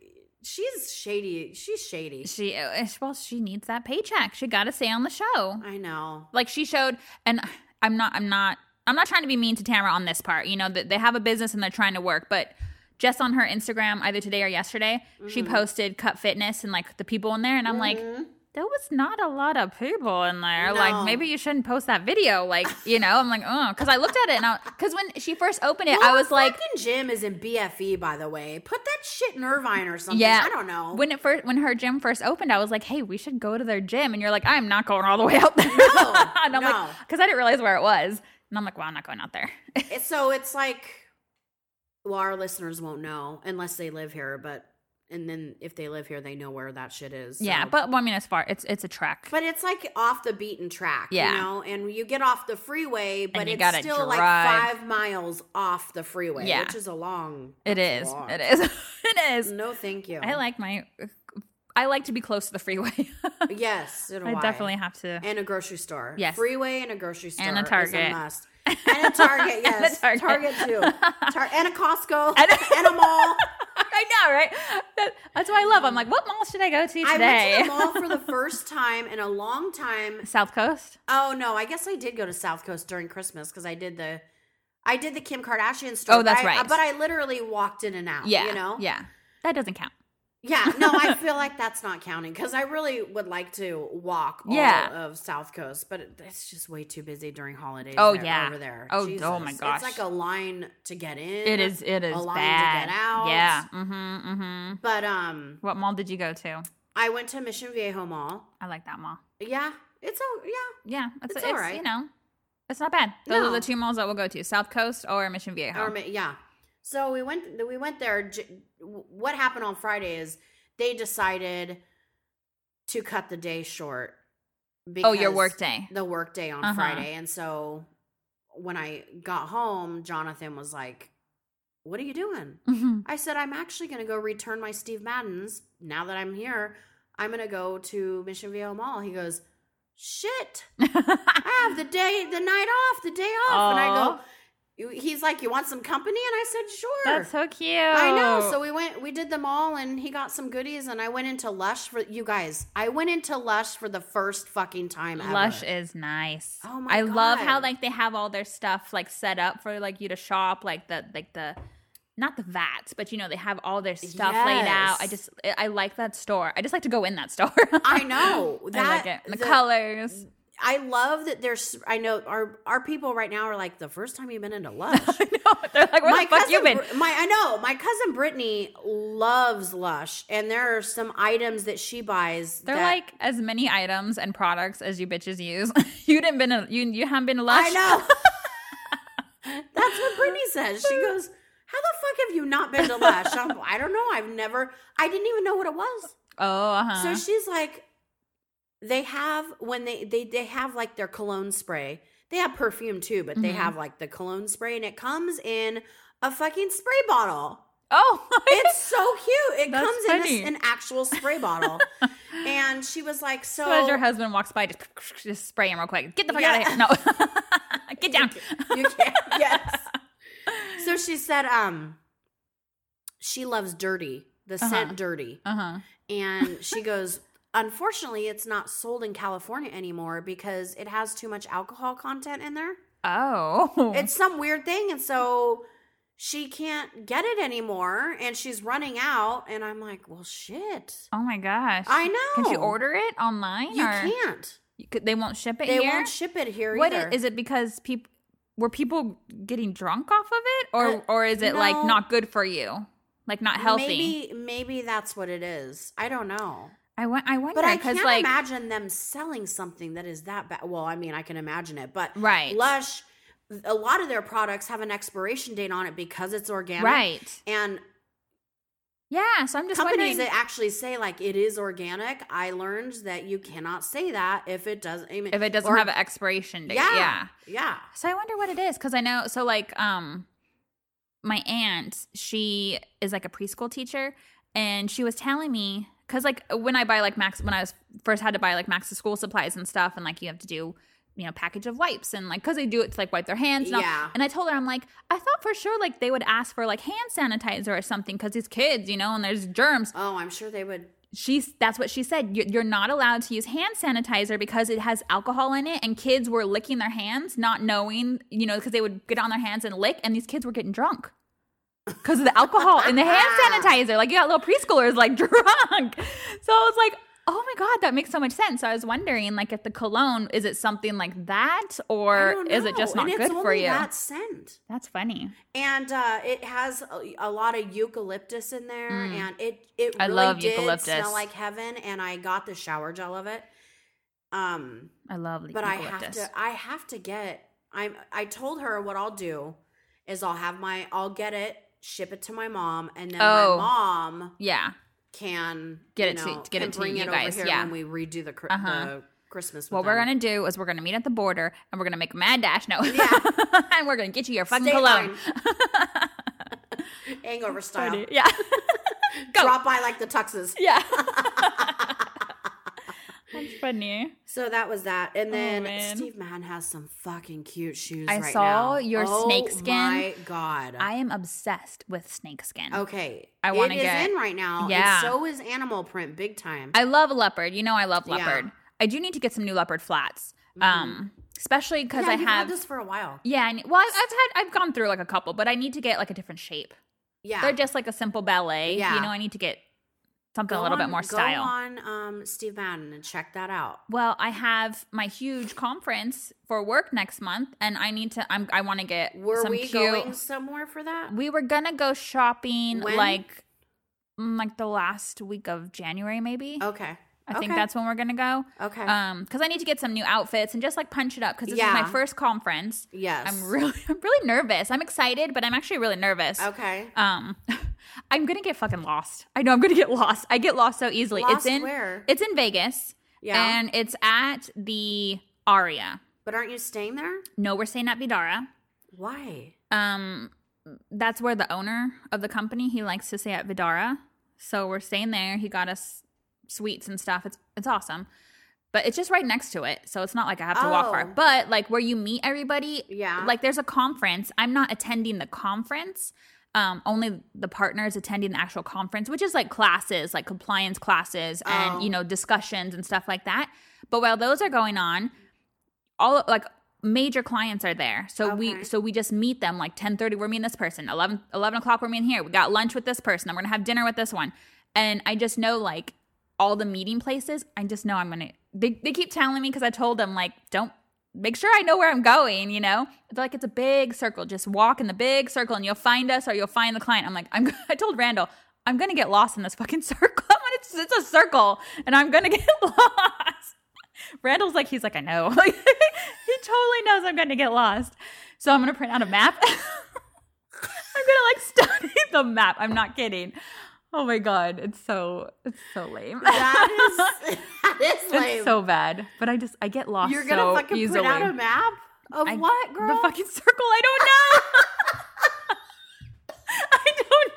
She's shady. She's shady.
She uh, well, she needs that paycheck. She got to stay on the show.
I know.
Like she showed, and I'm not, I'm not, I'm not trying to be mean to Tamara on this part. You know that they have a business and they're trying to work, but just on her Instagram, either today or yesterday, she
Mm-hmm.
posted Cut Fitness and like the people in there, and I'm like, there was not a lot of people in there.
No.
Like maybe you shouldn't post that video. Like you know, I'm like, oh, because I looked at it and because when she first opened it, I was
Well,
like,
fucking gym is in BFE, by the way. Put that shit in Irvine or something.
Yeah,
I don't know.
When it first, when her gym first opened, I was like, "Hey, we should go to their gym." And you're like, "I'm not going all the way out there."
No,
and I'm
no.
like, because I didn't realize where it was, and I'm like, "Well, I'm not going out there."
It- so it's like, well, our listeners won't know unless they live here, but and then if they live here, they know where that shit is. so-
Yeah, but well, I mean, it's far. It's it's a trek.
But it's like off the beaten track,
Yeah.
you know, and you get off the freeway, but
you
it's
gotta
still like
drive.
five miles off the freeway,
Yeah.
which is a long.
it
that's
is.
long.
It is. it is.
No, thank you.
I like my. I like to be close to the freeway.
Yes, it'll
I definitely have to.
and a grocery store.
Yes.
freeway and a grocery store
And a
is
Target.
a must. And a Target,
And a
yes,
Target.
Target. too, Tar- and a Costco,
And
and
a-
a, mall.
I know, right? That, that's what I love. I'm like, what mall should I go to today?
I went to the mall for the first time in a long time.
South Coast.
Oh no, I guess I did go to South Coast during Christmas because I did the, I did the Kim Kardashian store.
Oh, that's
but I-
right.
But I literally walked in and out.
Yeah,
you know.
yeah. That doesn't count.
Yeah, no, I feel like that's not counting because I really would like to walk all
Yeah.
of South Coast, but it- it's just way too busy during holidays.
Oh,
there-
yeah.
over there.
Oh, oh my gosh.
it's like a line to get in.
It is. It is
a line
bad.
to get out.
Yeah. Mm-hmm. Mm-hmm.
but um,
What mall did you go to?
I went to Mission Viejo Mall.
I like that mall.
Yeah, it's a yeah,
Yeah,
It's
it's, it's,
all right.
You know, it's not bad. Those are
No.
the two malls that we'll go to: South Coast or Mission Viejo.
or ma- yeah. So we went we went there. J- What happened on Friday is they decided to cut the day short.
oh, your
because-
work day.
the workday on
Uh-huh.
Friday. And so when I got home, Jonathan was like, What are you doing?
Mhm.
I said, I'm actually going to go return my Steve Madden's. Now that I'm here, I'm going to go to Mission Viejo Mall. He goes, Shit, I have the day, the night off, the day off. And I
Aw.
go, He's like, You want some company? And I said, Sure.
That's so cute.
I know. So we went, we did them all, and he got some goodies, and I went into Lush for you guys. I went into Lush for the first fucking time ever.
Lush is nice.
Oh my
I love how
God.
like they have all their stuff like set up for like you to shop, like the like the not the vats, but you know they have all their stuff laid out. I
Yes.
just I- I like that store. I just like to go in that store.
I know that
I like it. The,
the-
colors.
I love that there's. I know our our people right now are like the first time you've been into Lush.
I know. They're like, where the fuck you been?
Br- my I know my cousin Brittany loves Lush, and there are some items that she buys.
They're
that-
like as many items and products as you bitches use. you didn't been a, you you haven't been a lush.
I know. That's what Brittany says. She goes, "How the fuck have you not been to Lush?" I'm, I don't know. I've never. I didn't even know what it was.
Oh, uh-huh.
So she's like, they have when they they they have like their cologne spray. They have perfume too, but they
Mhm.
have like the cologne spray, and it comes in a fucking spray bottle.
oh,
It's so cute. It
That's
comes
funny.
in this, an actual spray bottle. and she was like, so.
so as your husband walks by, just just spray him real quick. Get the fuck
Yeah.
out of here! No, get down.
you can't. Yes. So she said, um, she loves dirty, the
Uh-huh.
scent dirty.
Uh huh.
And she goes, unfortunately, it's not sold in California anymore because it has too much alcohol content in there.
Oh,
It's some weird thing. And so she can't get it anymore and she's running out. And I'm like, well, shit.
oh my gosh.
I know.
Can you order it online?
You
or
can't.
You could- They won't ship it
They
here.
won't ship it here
What i-
either.
is it? Because people were people getting drunk off of it, or
Uh,
or is it like
no.
not good for you, like not healthy?
Maybe maybe that's what it is. I don't know.
I went. I wonder
But I
because
can't
like
imagine them selling something that is that bad. Well, I mean, I can imagine it, but
Right.
Lush, a lot of their products have an expiration date on it because it's organic,
right.
And
Yeah, so I'm just
companies
wondering.
that actually say like it is organic, I learned that you cannot say that if it doesn't. I mean,
if it doesn't
or-
have an expiration date, yeah.
yeah, yeah.
So I wonder what it is because I know. So like, um, my aunt, she is like a preschool teacher, and she was telling me because like when I buy like Max, when I was first had to buy like Max's school supplies and stuff, and like you have to do you know package of wipes and like because they do it to like wipe their hands and, all.
Yeah.
and i told her i'm like i thought for sure like they would ask for like hand sanitizer or something because these kids you know and there's germs
Oh, I'm sure they would.
she's that's what she said you're, you're not allowed to use hand sanitizer because it has alcohol in it and kids were licking their hands not knowing you know because they would get on their hands and lick and these kids were getting drunk because of the alcohol and the hand sanitizer like you got little preschoolers like drunk so i was like oh my god that makes so much sense so i was wondering like if the cologne is it something like that
I
or
don't
is it just
know.
not
And
good
it's
for
only
you
That scent.
that's funny
and uh, it has a, a lot of eucalyptus in there, and it it
Mm. I
really
love
did
eucalyptus.
smell like heaven. And I got the shower gel of it. Um,
i love
but I have
eucalyptus.
to I have to get I'm I told her what I'll do is I'll have my I'll get it, ship it to my mom, and then
Oh.
my mom
yeah
can
Get
you
it to-
know,
get it
can
to
bring
you
it
guys,
over here
yeah.
when we redo the, cr-
Uh-huh.
the Christmas.
What
with
we're
them.
gonna do is we're gonna meet at the border and we're gonna make a mad dash. No,
Yeah.
and we're gonna get you your fucking
State
cologne.
line. hangover style.
Yeah, Go.
Drop by like the tuxes.
yeah. That's funny.
So that was that. And then
Oh, man.
Steve Madden has some fucking cute shoes.
I
right
saw
now.
your
oh
snakeskin.
My God.
I am obsessed with snake skin.
okay.
I
It
wanna
is
get-
in right now.
Yeah.
And so is animal print, big time.
I love leopard. You know, I love
Yeah. Mm-hmm.
leopard. I do need to get some new leopard flats, um, especially because
Yeah,
I
you've
have.
had this for a while.
yeah, I need, well, I've, I've had I've gone through like a couple, but I need to get like a different shape.
Yeah.
They're just like a simple ballet.
Yeah.
You know, I need to get something
Go
a little
on-
bit more style.
Go on um, Steve Madden and check that out.
Well, I have my huge conference for work next month, and I need to. I'm. I want to get
Were
some
we
cute.
going somewhere for that?
We were gonna go shopping
When?
like, mm, like the last week of January, maybe.
Okay.
I think
Oh, Okay.
that's when we're gonna go.
Okay.
Um, because I need to get some new outfits and just like punch it up because this is
Yeah.
my first conference.
yes.
I'm really, I'm really nervous. I'm excited, but I'm actually really nervous.
Okay.
Um, I'm gonna get fucking lost. I know I'm gonna get lost. I get lost so easily.
Lost
it's in
where?
it's in Vegas.
Yeah.
And it's at the Aria.
But aren't you staying there?
No, we're staying at Vidara.
Why?
Um, that's where the owner of the company he likes to stay at Vidara. So we're staying there. He got us suites and stuff. It's it's awesome. But it's just right next to it. So it's not like I have to walk far.
Oh.
But like where you meet everybody,
Yeah.
like there's a conference. I'm not attending the conference. Um, only the partners attending the actual conference, which is like classes, like compliance classes and
Oh.
you know, discussions and stuff like that. But while those are going on, all like major clients are there so
Okay.
we so we just meet them like 10 30 we're meeting this person 11 11 o'clock we're meeting here we got lunch with this person and we're gonna have dinner with this one and i just know like all the meeting places i just know i'm gonna they, they keep telling me because i told them like don't make sure i know where i'm going you know it's like it's a big circle just walk in the big circle and you'll find us or you'll find the client i'm like i'm i told randall i'm gonna get lost in this fucking circle it's, it's a circle and i'm gonna get lost Randall's like, he's like, I know. Like, he totally knows I'm going to get lost. So I'm going to print out a map. I'm going to like study the map. I'm not kidding. Oh my God. It's so, it's so lame.
That is that is lame.
it's so bad. But I just, I get lost
You're gonna
so
fucking
easily.
print out a map of
I-
what, girl?
The fucking circle. I don't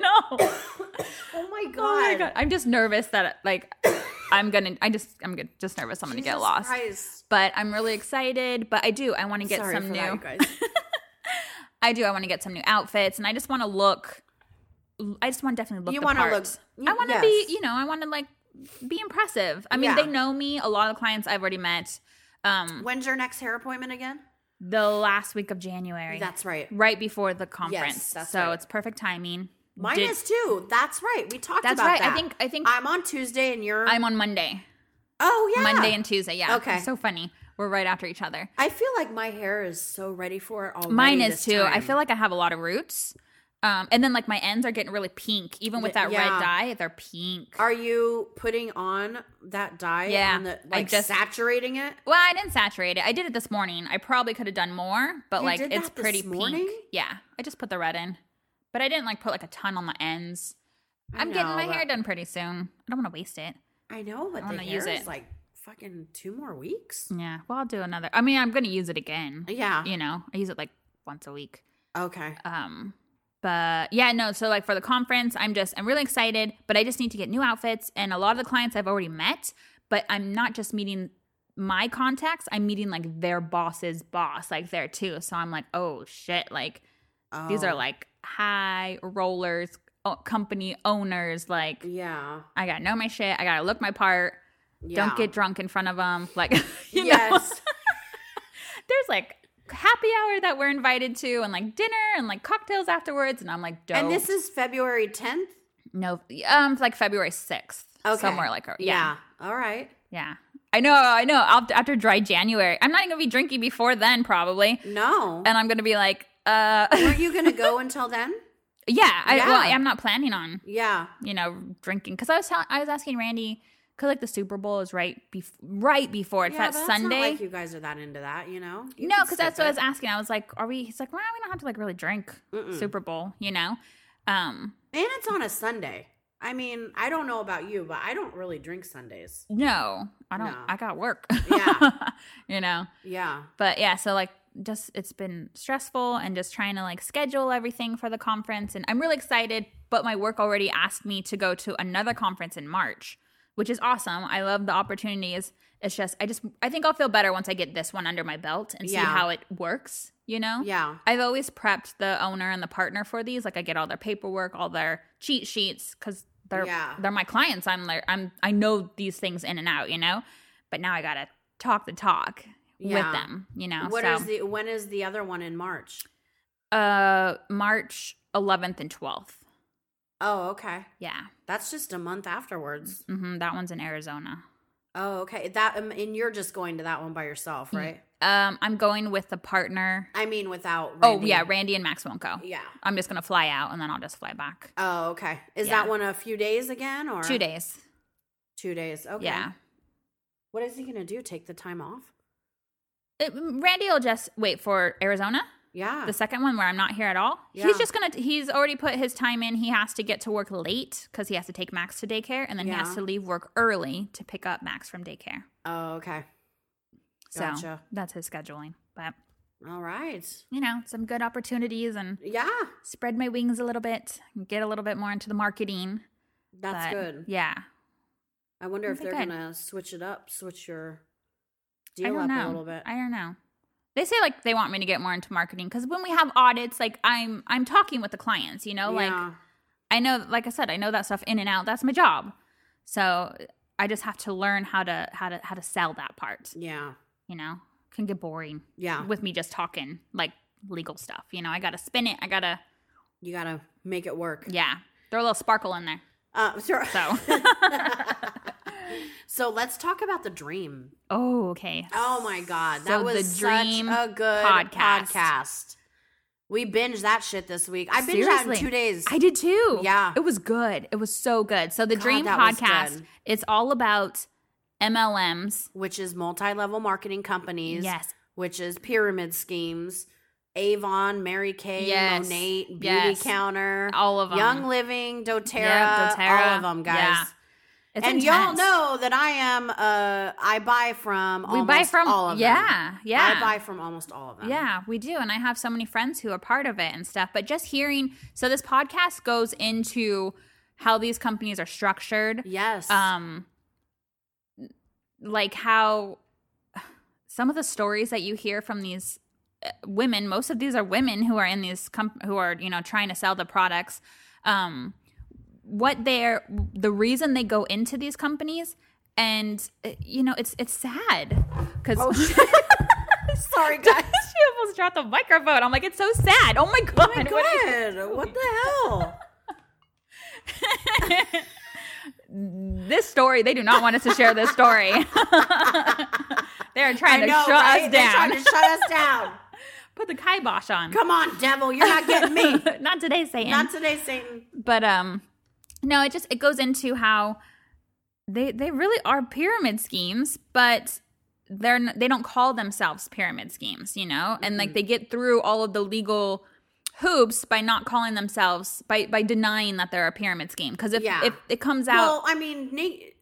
know. I don't know.
oh my god!
Oh my God. I'm just nervous that like, I'm going to, I just, I'm gonna, just nervous. I'm going to get
Jesus
lost.
Christ.
But I'm really excited. But I do. I want to get
Sorry
some
for
new.
that, you guys.
I do. I want to get some new outfits, and I just want to look. I just want to definitely look.
You
the
wanna
part.
look- you-
I want to
yes.
be. You know, I want to like be impressive. I mean,
Yeah.
they know me. A lot of clients I've already met. Um,
When's your next hair appointment again?
the last week of January.
That's right.
right before the conference.
that's
so
right.
it's perfect timing.
Mine
Did-
is too. That's right. We talked
That's
about
right. I
that.
think- I think-
I'm on Tuesday and you're
I'm on Monday,
Oh yeah.
Monday and Tuesday. Yeah.
Okay.
It's so funny. We're right after each other.
I feel like my hair is so ready for it already.
Mine
this
is too. I
time.
feel like I have a lot of roots. Um, and then like my ends are getting really pink, even with
Yeah.
that red dye, they're pink.
Are you putting on that dye?
Yeah,
on the-
I
like
just-
saturating it.
Well, I didn't saturate it. I did it this morning. I probably could have done more, but
You
like
did
it's
that this
pretty
morning?
pink. Yeah, I just put the red in, but I didn't like put like a ton on the ends.
I
I'm getting
know,
my
but-
hair done pretty soon. I don't want to waste it.
I know, but
I'm
the
gonna
hair
use
is
it. Mm.
like fucking two more weeks.
Yeah, well, I'll do another. I mean, I'm gonna use it again.
Yeah.
You know, I use it like once a week.
Okay.
Um, but yeah, no. So like for the conference, I'm just I'm really excited, but I just need to get new outfits and a lot of the clients I've already met. But I'm not just meeting my contacts, I'm meeting like their boss's boss, like there too. So I'm like, oh shit, like these are
Oh,
like high rollers, o- company owners. Like
yeah,
I gotta know my shit. I gotta look my part.
yeah.
Don't get drunk in front of them. Like, you know,
yes,
there's like happy hour that we're invited to, and like dinner and like cocktails afterwards. And I'm like, don't.
and this is February tenth.
no, um, like February sixth,
Okay.
somewhere like, yeah, Uh, yeah.
Yeah. All right.
I know, I know. After, after dry January, I'm not even gonna be drinking before then, probably.
No.
And I'm gonna be like, uh,
Were you gonna go until then?
yeah, I,
Yeah.
Well, I'm not planning on
Yeah.
you know, drinking. Because I was tell- I was asking Randy because like the Super Bowl is right bef- right before it's
yeah,
that
but that's not
Sunday.
like you guys are that into that, you know? You
no,
can
because that's
skip
what I was
it.
asking. I was like, "Are we?" He's like, "Well, we don't have to like really drink
Mm-mm.
Super Bowl, you know." Um,
And it's on a Sunday. I mean, I don't know about you, but I don't really drink Sundays.
no, I don't.
No.
I got work.
Yeah.
you know.
Yeah.
But yeah, so like, just it's been stressful and just trying to like schedule everything for the conference, and I'm really excited. But my work already asked me to go to another conference in March, which is awesome. I love the opportunities. It's just I just I think I'll feel better once I get this one under my belt and see
Yeah.
how it works. You know.
Yeah.
I've always prepped the owner and the partner for these. Like I get all their paperwork, all their cheat sheets because they're
Yeah.
they're my clients. I'm like I'm I know these things in and out, you know. But now I gotta talk the talk
Yeah.
with them, you know.
What
so
is the when is the other one in March?
uh March 11th and 12th.
Oh, okay.
Yeah,
That's just a month afterwards.
hmm that one's in Arizona.
Oh, okay. That um, and you're just going to that one by yourself, right?
Um, I'm going with the partner.
I mean, without.
Oh yeah, Randy and Max won't go.
Yeah.
I'm just gonna fly out and then I'll just fly back.
Oh, okay. Is
Yeah.
that one a few days again or
Two days.
Two days. Okay.
Yeah.
What is he gonna do? Take the time off?
It, Randy will just wait for Arizona.
Yeah.
the second one where I'm not here at all.
Yeah.
He's just gonna. He's already put his time in. He has to get to work late because he has to take Max to daycare, and then he
Yeah.
has to leave work early to pick up Max from daycare.
oh, okay.
So
Gotcha.
that's his scheduling. But
All right.
you know, some good opportunities and
Yeah.
spread my wings a little bit, and get a little bit more into the marketing.
That's
But,
good.
Yeah,
I wonder
I
if they're
think I'd-
gonna switch it up, switch your
I
deal
don't
up
know.
a little bit.
I don't know. They say like they want me to get more into marketing because when we have audits, like I'm I'm talking with the clients. You know, like
Yeah.
I know, like I said, I know that stuff in and out. That's my job. So I just have to learn how to how to how to sell that part.
yeah.
You know, can get boring
Yeah.
with me just talking like legal stuff. You know, I gotta spin it. I gotta
You gotta make it work.
yeah, throw a little sparkle in there.
Uh, so,
So
so let's talk about the dream.
oh okay.
Oh my god, that
So
was
the dream
such a good podcast.
podcast.
We binged that shit this week. I binged that
Seriously.
in two days.
I did too.
Yeah.
It was good. It was so good. So the
God,
Dream
that was
Podcast,
good.
it's all about MLMs.
which is multi-level marketing companies.
Yes.
which is pyramid schemes. Avon, Mary Kay,
Yes.
Monate, Beauty
Yes.
Counter,
All of 'em.
Young Living, DoTerra,
Yeah, doTERRA.
all of them, guys.
Yeah. It's
and y'all
intense.
know that I am. Uh, I buy from.
we
almost
buy from
all of them.
yeah yeah
I buy from almost all of them.
Yeah, we do. And I have so many friends who are part of it and stuff. But just hearing, so this podcast goes into how these companies are structured,
Yes.
um, like how some of the stories that you hear from these uh, women, most of these are women who are in these, com- who are, you know, trying to sell the products, um, what they're, the reason they go into these companies. And, uh, you know, it's, it's sad because.
Sorry,
she
guys.
almost dropped the microphone. I'm like, it's so sad. Oh my god. What is-
Good. What the hell?
this story, they do not want us to share this story. They're trying to shut
right?
us
They're
down.
trying to shut us down.
Put the kibosh on.
Come on, devil. You're not getting me.
not today, Satan.
Not today, Satan.
but um no, it just it goes into how they they really are pyramid schemes, but they're n- they don't call themselves pyramid schemes, you know? And like they get through all of the legal hoops by not calling themselves by by denying that they're a pyramid scheme because if
Yeah.
if it comes out
Well, I mean, ne-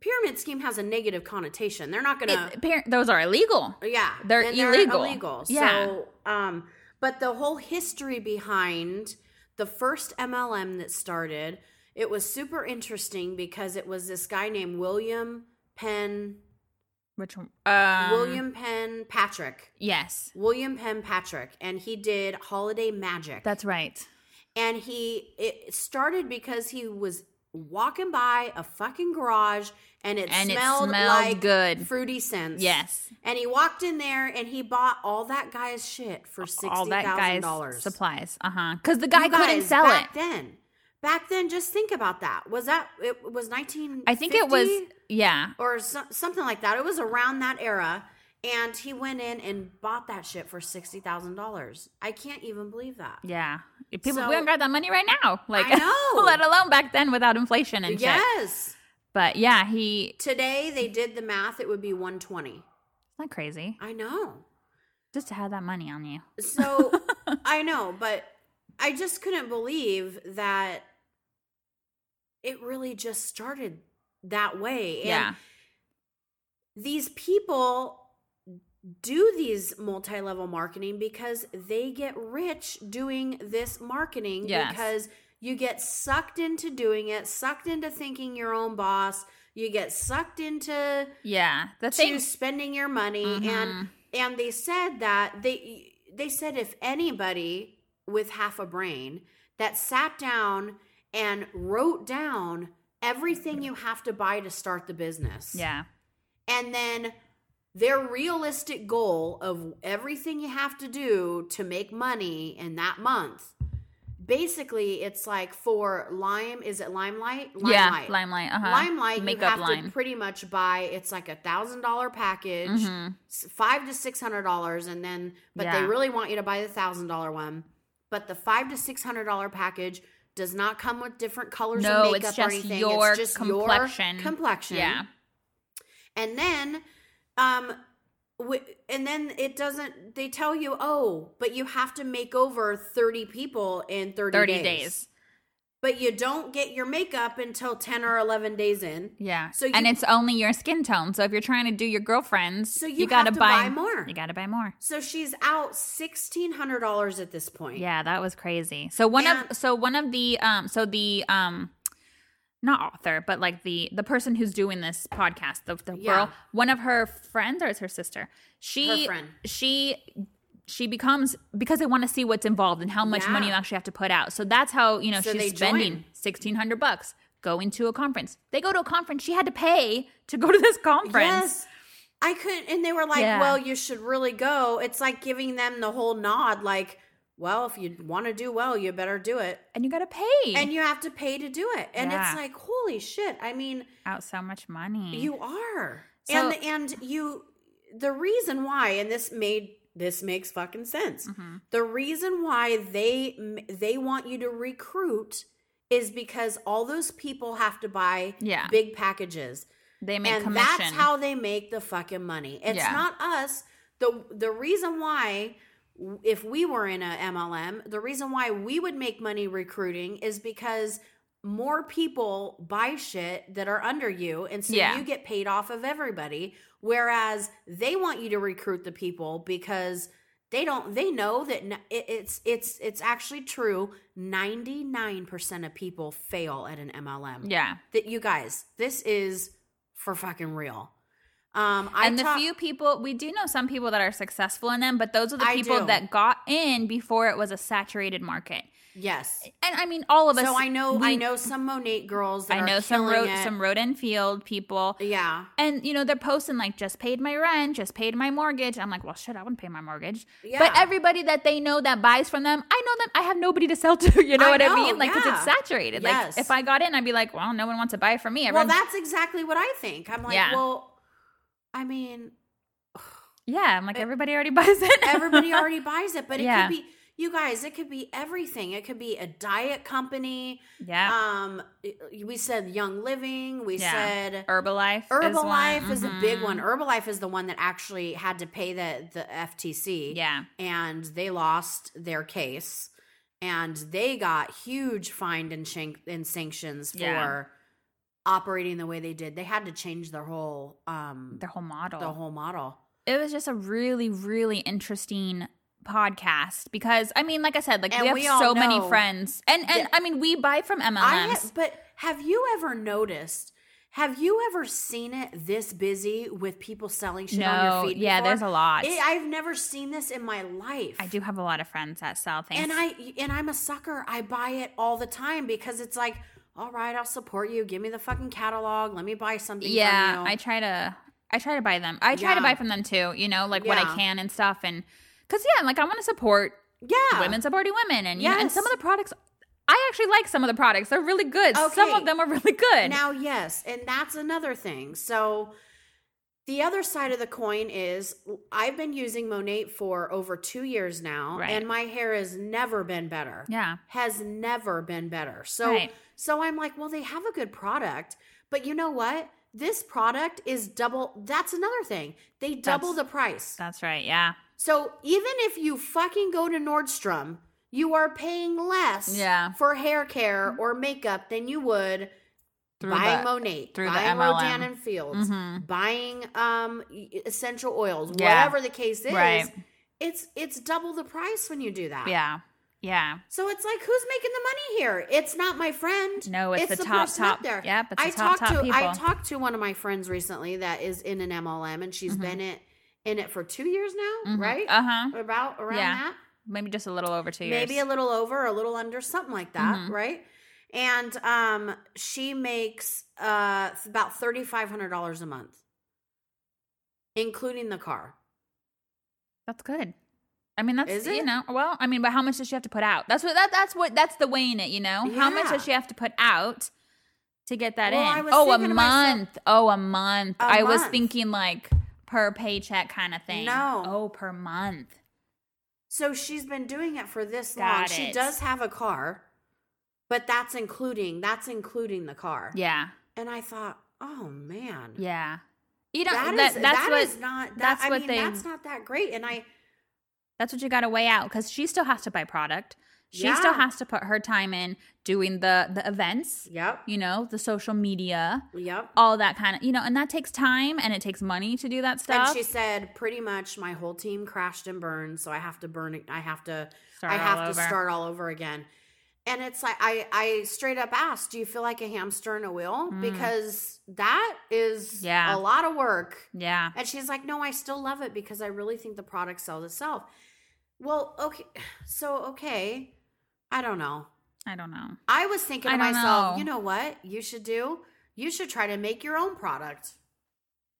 pyramid scheme has a negative connotation. They're not going to.
it, par- those are illegal.
Yeah,
They're
and
illegal.
illegal.
Yeah.
So, um, but the whole history behind the first MLM that started, it was super interesting because it was this guy named William Penn
Which one? Um,
William Penn Patrick.
Yes,
William Penn Patrick, and he did Holiday Magic.
that's right.
and he it started because he was walking by a fucking garage and it
And it
smelled,
smelled
like
good.
fruity scents.
Yes.
And he walked in there and he bought all that guy's shit for sixty
All that
thousand
guy's
dollars.
supplies. Uh huh. Because the guy couldn't sell it.
back then. Back then, just think about that. Was that it was nineteen?
I think it was. Yeah.
or so, something like that. It was around that era, and he went in and bought that shit for sixty thousand dollars. I can't even believe that.
Yeah. If People,
So-
we don't got that money right now. Like,
I know.
let alone back then without inflation and shit.
Yes.
But yeah, he.
Today they did the math, it would be 120.
It's not crazy.
I know.
Just to have that money on you.
So I know, but I just couldn't believe that it really just started that way. And
yeah.
these people do these multi-level marketing because they get rich doing this marketing
Yes.
because you get sucked into doing it, sucked into thinking your own boss, you get sucked into
Yeah. The
to
thing.
spending your money and
Mhm.
and they said that they they said if anybody with half a brain that sat down and wrote down everything you have to buy to start the business
Yeah.
and then their realistic goal of everything you have to do to make money in that month basically it's like for lime is it limelight
Yeah. Limelight. Uh huh.
Limelight, you
Makeup
have to
line.
pretty much buy. It's like a thousand dollar package,
Mhm.
s- five to six hundred dollars, and then but they
Yeah.
really want you to buy the thousand dollar one. But the five to six hundred dollar package does not come with different colors of
No,
makeup
it's
or
just
anything.
your
it's just
complexion.
your complexion.
Yeah.
and then, um. wi- And then it doesn't. They tell you, oh, but you have to make over thirty people in thirty,
30 days.
But you don't get your makeup until ten or eleven days in.
Yeah.
So
and
you-
it's only your skin tone. So if you're trying to do your girlfriend's,
So
so
you
you,
have
gotta
to
buy,
buy more.
You gotta buy more.
So she's out sixteen hundred dollars at this point.
Yeah, that was crazy. So one
And-
of so one of the um so the um not author, but like the the person who's doing this podcast, the, the
Yeah.
girl, one of her friends or it's her sister. She
Her friend.
she she becomes because they want to see what's involved and how much money
Yeah.
you actually have to put out. So that's how you know
So they
she's spending
join.
sixteen hundred bucks going to a conference. They go to a conference. She had to pay to go to this conference.
Yes. I couldn't and they were like,
Yeah.
Well, you should really go. It's like giving them the whole nod, like, well, if you want to do well, you better do it.
and you got to pay
And you have to pay to do it. And
Yeah.
it's like, holy shit. I mean,
out so much money.
you are.
Mm-hmm. So-
and and you the reason why, and this made this makes fucking sense.
Mhm.
The reason why they they want you to recruit is because all those people have to buy
Yeah.
big packages.
they make
and
commission.
that's how they make the fucking money. It's
Yeah.
not us. the The reason why, w- if we were in a MLM, the reason why we would make money recruiting is because more people buy shit that are under you, and so
Yeah.
you get paid off of everybody. Whereas they want you to recruit the people because they don't. They know that n- it- it's it's it's actually true. Ninety nine percent of people fail at an MLM
yeah.
that you guys, this is for fucking real. Um, I
and the
talk-
few people we do know some people that are successful in them, but those are the
I
people
do.
that got in before it was a saturated market.
yes.
And I mean, all of us.
So I know,
we-
I know some Monate girls. That
I
are
know some
killing
road,
it.
some road and field people,
Yeah,
and you know they're posting like just paid my rent, just paid my mortgage. I'm like, well, shit, I wouldn't pay my mortgage.
Yeah.
But everybody that they know that buys from them, I know them. I have nobody to sell to. You know
I
what
know,
I mean? Like, 'cause
yeah.
it's saturated.
Yes.
Like, if I got in, I'd be like, well, no one wants to buy from me.
well,
Everyone,
that's exactly what I think. I'm like,
Yeah.
well, I mean,
yeah, I'm like, everybody already buys it.
everybody already buys it, but it
Yeah.
could be you guys. It could be everything. It could be a diet company.
yeah,
Um, we said Young Living. We
Yeah.
said
Herbalife. is one.
Herbalife is, a big
Mhm.
one. Herbalife is the one that actually had to pay the the FTC.
Yeah.
and they lost their case and they got huge fine and, shank- and sanctions for
Yeah.
operating the way they did they had to change their whole um
their whole model.
the whole model
it was just a really, really interesting podcast because I mean, like I said, like
And
we have
we all
so many
know
friends, and and
that-
Um, I mean, we buy from MLMs.
I ha- but have you ever noticed Have you ever seen it this busy with people selling shit on
No,
your feet?
yeah,
before?
there's a lot.
It- I've never seen this in my life.
I do have a lot of friends that sell things.
and I and I'm a sucker. I buy it all the time because it's like, all right, I'll support you. Give me the fucking catalog. Let me buy something. from
yeah,
you.
I try to I try to buy them. I try to
Yeah.
buy from them too. You know, like what
Yeah.
I can and stuff. And because yeah, like I want to support
yeah.
women supporting women, and yeah, and some of
Yes.
the products. I actually like some of the products. They're really good. Some
Okay.
of them are really good.
Now, yes, and that's another thing. So the other side of the coin is I've been using Monate for over two years now,
Right.
and my hair has never been better.
yeah.
Has never been better. So
Right.
so I'm like, well, they have a good product, but you know what? This product is double that's another thing. They double
That's-
the price.
That's right. Yeah.
So even if you fucking go to Nordstrom, you are paying less
Yeah.
for hair care or makeup than you would
Through
buying
the-
Monate,
through the
buying
MLM.
Rodan and Fields, buying um e- essential oils,
Mm-hmm. Yeah.
whatever the case is.
Right.
It's it's double the price when you do that.
Yeah. Yeah.
So it's like who's making the money here? It's not my friend.
No, it's the top,
person up
top- yep, it's the
I
top,
talked
top
to I
people.
talked to one of my friends recently that is in an MLM and she's been it in it for two years now, right?
Mm-hmm. Uh huh.
About around
Yeah.
that
Maybe just a little over two years.
maybe a little over a little under something like that
Mhm.
right and um she makes uh about $3500 a month including the car
That's good. I mean, that's
Is
you
it?
know. Well, I mean, but how much does she have to put out? That's what that that's what that's the way in it. You know, how much
Yeah.
does she have to put out to get that
Well,
in?
I was
oh, a
thinking to
month.
myself-
oh, a month.
A
I was
month.
thinking like per paycheck kind of thing.
No.
Oh, per month.
so she's been doing it for this long
Got
she
it.
does have a car but that's including that's including the car
Yeah.
and i thought oh man
Yeah. You know
That
that,
is
that's
that
what
is not that,
that's
i
what
mean
they-
that's not that great and i
That's what you got to weigh out because she still has to buy product. She still
Yeah.
has to put her time in doing the the events,
yep
you know, the social media,
yep
all that kind of, you know, and that takes time and it takes money to do that stuff.
And she said, pretty much my whole team crashed and burned, so I have to burn. it- I have to.
Start
I
all
have to
over.
start all over again. And it's like I, I straight up asked, do you feel like a hamster in a wheel? Because that is
Mm. Yeah.
a lot of work.
yeah.
And she's like, no, I still love it because I really think the product sells itself. Well, okay, so okay, I don't know.
I don't know.
I was thinking
I
to
don't
myself,
know.
you know what you should do? You should try to make your own product.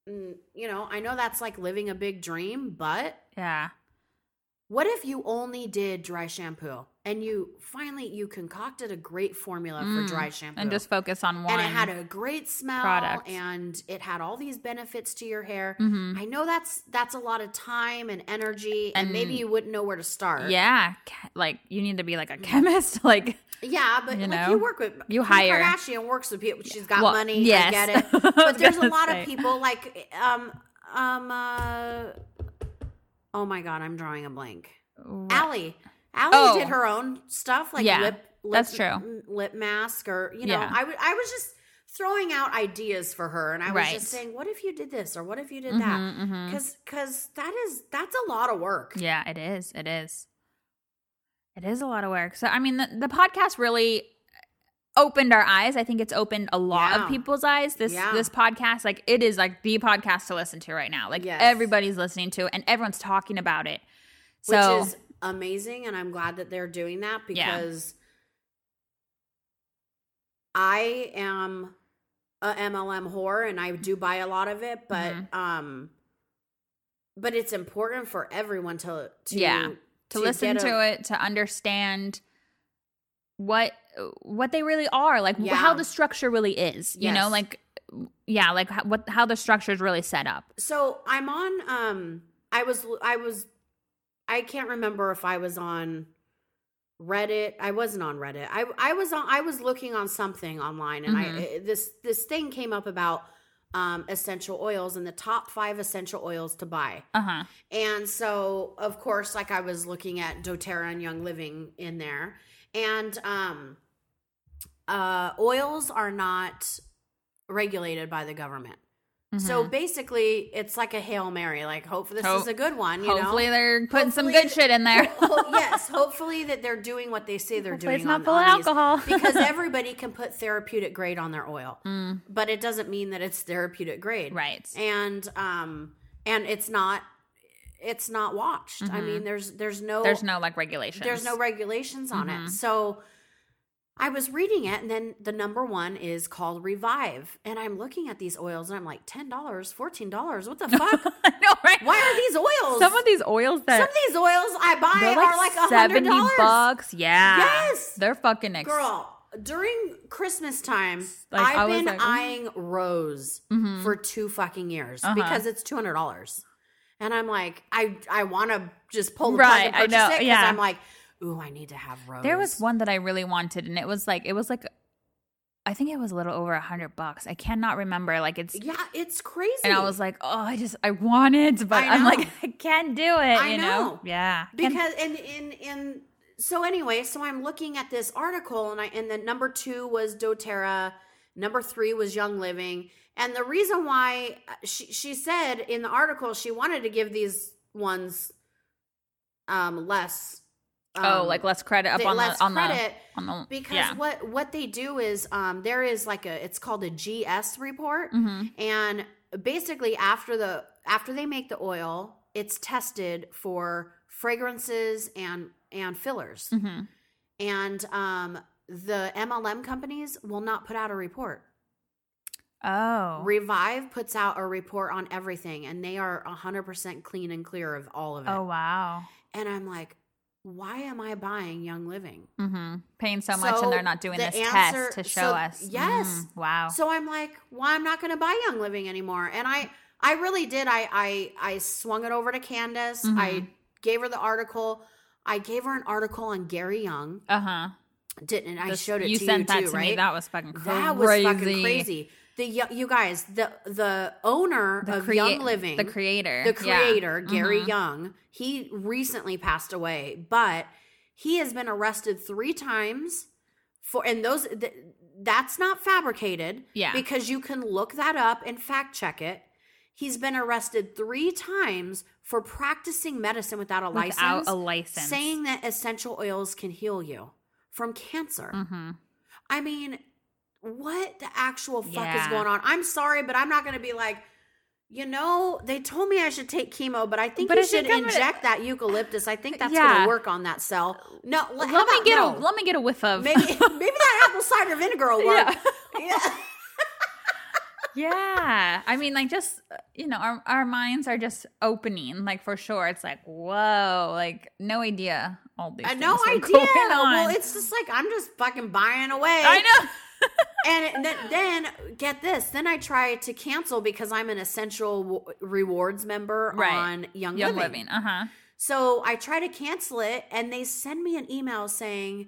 Mm, You know, I know that's like living a big dream, but
Yeah.
what if you only did dry shampoo and you finally you concocted a great formula
Mm,
for dry shampoo
And just focus on one.
and it had a great smell
product.
and it had all these benefits to your hair.
Mhm.
I know that's that's a lot of time and energy and, maybe
And-
you wouldn't know where to start.
yeah. Ca- Like you need to be
Mm-hmm.
like a chemist. Like,
Yeah, but
You
like
know?
you work with
You
Kim
hire.
Kardashian works with people. She's got
Well,
money.
yes.
I get it.
I
But
was
there's a
gonna
lot
say.
of people like um um uh oh my god, I'm drawing a blank. Allie, Allie
Oh.
did her own stuff like
Yeah,
lip, lip
that's true.
lip mask or you know
Yeah.
I wa- I was just throwing out ideas for her and I was
Right.
just saying what if you did this or what if you did that
Mhm, mhm.
because because that is that's a lot of work.
Yeah, it is. It is. It is a lot of work. So, I mean, the, the podcast really opened our eyes. I think it's opened a lot
Yeah.
of people's eyes. This
Yeah.
this podcast, like it is like the podcast to listen to right now. Like
Yes.
everybody's listening to it and everyone's talking about it. So,
which is amazing and i'm glad that they're doing that
Yeah.
because i am a mlm whore and i do buy a lot of it but
Mhm.
um but it's important for everyone to to
Yeah. to, listen
get a-
to it, to understand what what they really are, like
Yeah.
how the structure really is. You know,
Yes.
like yeah, like how, what how the structure is really set up.
so i'm on um i was i was i can't remember if i was on reddit i wasn't on reddit i i was on i was looking on something online and i eh, this this thing came up about um essential oils and the top 5 essential oils to buy
Uh huh.
and so, of course, like I was looking at doTERRA and Young Living in there. And um uh oils are not regulated by the government.
Mm-hmm.
So basically, it's like a hail mary. Like, hope this
Hope-
is a good one. You
Hopefully
know?
they're putting some
Hopefully-
good shit in there.
Ho- yes, hopefully that they're doing what they say they're
Hopefully
doing.
it's not
on-
full of
on these,
alcohol.
because everybody can put therapeutic grade on their oil, but it doesn't mean that it's therapeutic grade,
Mm, Right.
And um, and it's not, it's not watched. I mean, there's there's no
Mm-hmm. There's no like regulations. Mm-hmm.
there's no regulations on it. So I was reading it, and then the number one is called Revive. And I'm looking at these oils, and I'm like, $10, $14, what the fuck?
I know, right?
Why are these oils?
some of these oils
Some
that
of these oils I buy
they're
are
like,
like $100.
seventy bucks? Yeah,
Yes!
they're fucking ex-
Girl, during Christmas time,
Like, I
I've
was
been
like, mm.
eyeing Rose
Mm-hmm.
for two fucking years
Uh-huh.
because it's two hundred dollars, and I'm like, I I want to just pull the
Right, I
plug and purchase
know,
it because
yeah.
I'm like, ooh, I need to have Rose.
There was one that I really wanted, and it was like it was like I think it was a little over a hundred bucks. I cannot remember. Like it's
Yeah, it's crazy.
and I was like, oh, I just I want it, but
I
I'm
know.
like I can't do it.
I
you
know.
yeah, Can-
because and in in so anyway, so I'm looking at this article and I and then number two was DoTerra, number three was Young Living, and the reason why uh, she she said in the article she wanted to give these ones um less
oh,
um,
like less credit up
the-
on
less
the on
credit
the on the
because
yeah.
what what they do is um there is like a it's called a GS report
Mhm.
and basically after the after they make the oil it's tested for fragrances and and fillers
Mhm.
and um the MLM companies will not put out a report.
Oh,
Revive puts out a report on everything and they are 100% clean and clear of all of it.
oh wow.
And I'm like, why am I buying Young Living?
Mm-hmm. Paying so, much, and
So
they're not doing
the
this
answer-
test to show
so-
us.
yes.
Mm, wow.
So I'm like, well, I'm not going to buy Young Living anymore. And I, I really did. I, I, I swung it over to Candace. I
Mhm.
gave her the article. I gave her an article on Gary Young.
uh huh.
Didn't and I
This-
showed it
you
to
sent
you
that
too,
to
right?
me. That was fucking crazy.
That was fucking crazy. The yo- you guys, the the owner
The
of
crea-
Young Living,
the creator,
the
Yeah.
creator Gary
Mhm.
Young, he recently passed away, but he has been arrested three times for, and those th- that's not fabricated,
Yeah.
because you can look that up and fact check it. He's been arrested three times for practicing medicine without a
without
license,
a license,
saying that essential oils can heal you from cancer.
hmm
I mean, what the actual fuck is
Yeah.
going on? I'm sorry, but I'm not going to be like, you know, they told me I should take chemo, but I think
But
you
I
should
think I'm gonna-
inject that eucalyptus. I think that's going
Yeah.
to work on that cell. No, let,
Let me get
no.
a let me get a whiff of.
maybe maybe that apple cider vinegar will work.
Yeah.
Yeah.
yeah, I mean, like just uh, you know, our our minds are just opening, like for sure. It's like whoa, like no idea all these.
I Uh, no
things are
idea.
going
Well,
on.
it's just like I'm just fucking buying away.
I know.
and it- then, then get this then i try to cancel because i'm an essential w- rewards member
Right.
on young,
Young
living.
Living, uh huh.
so i try to cancel it and they send me an email saying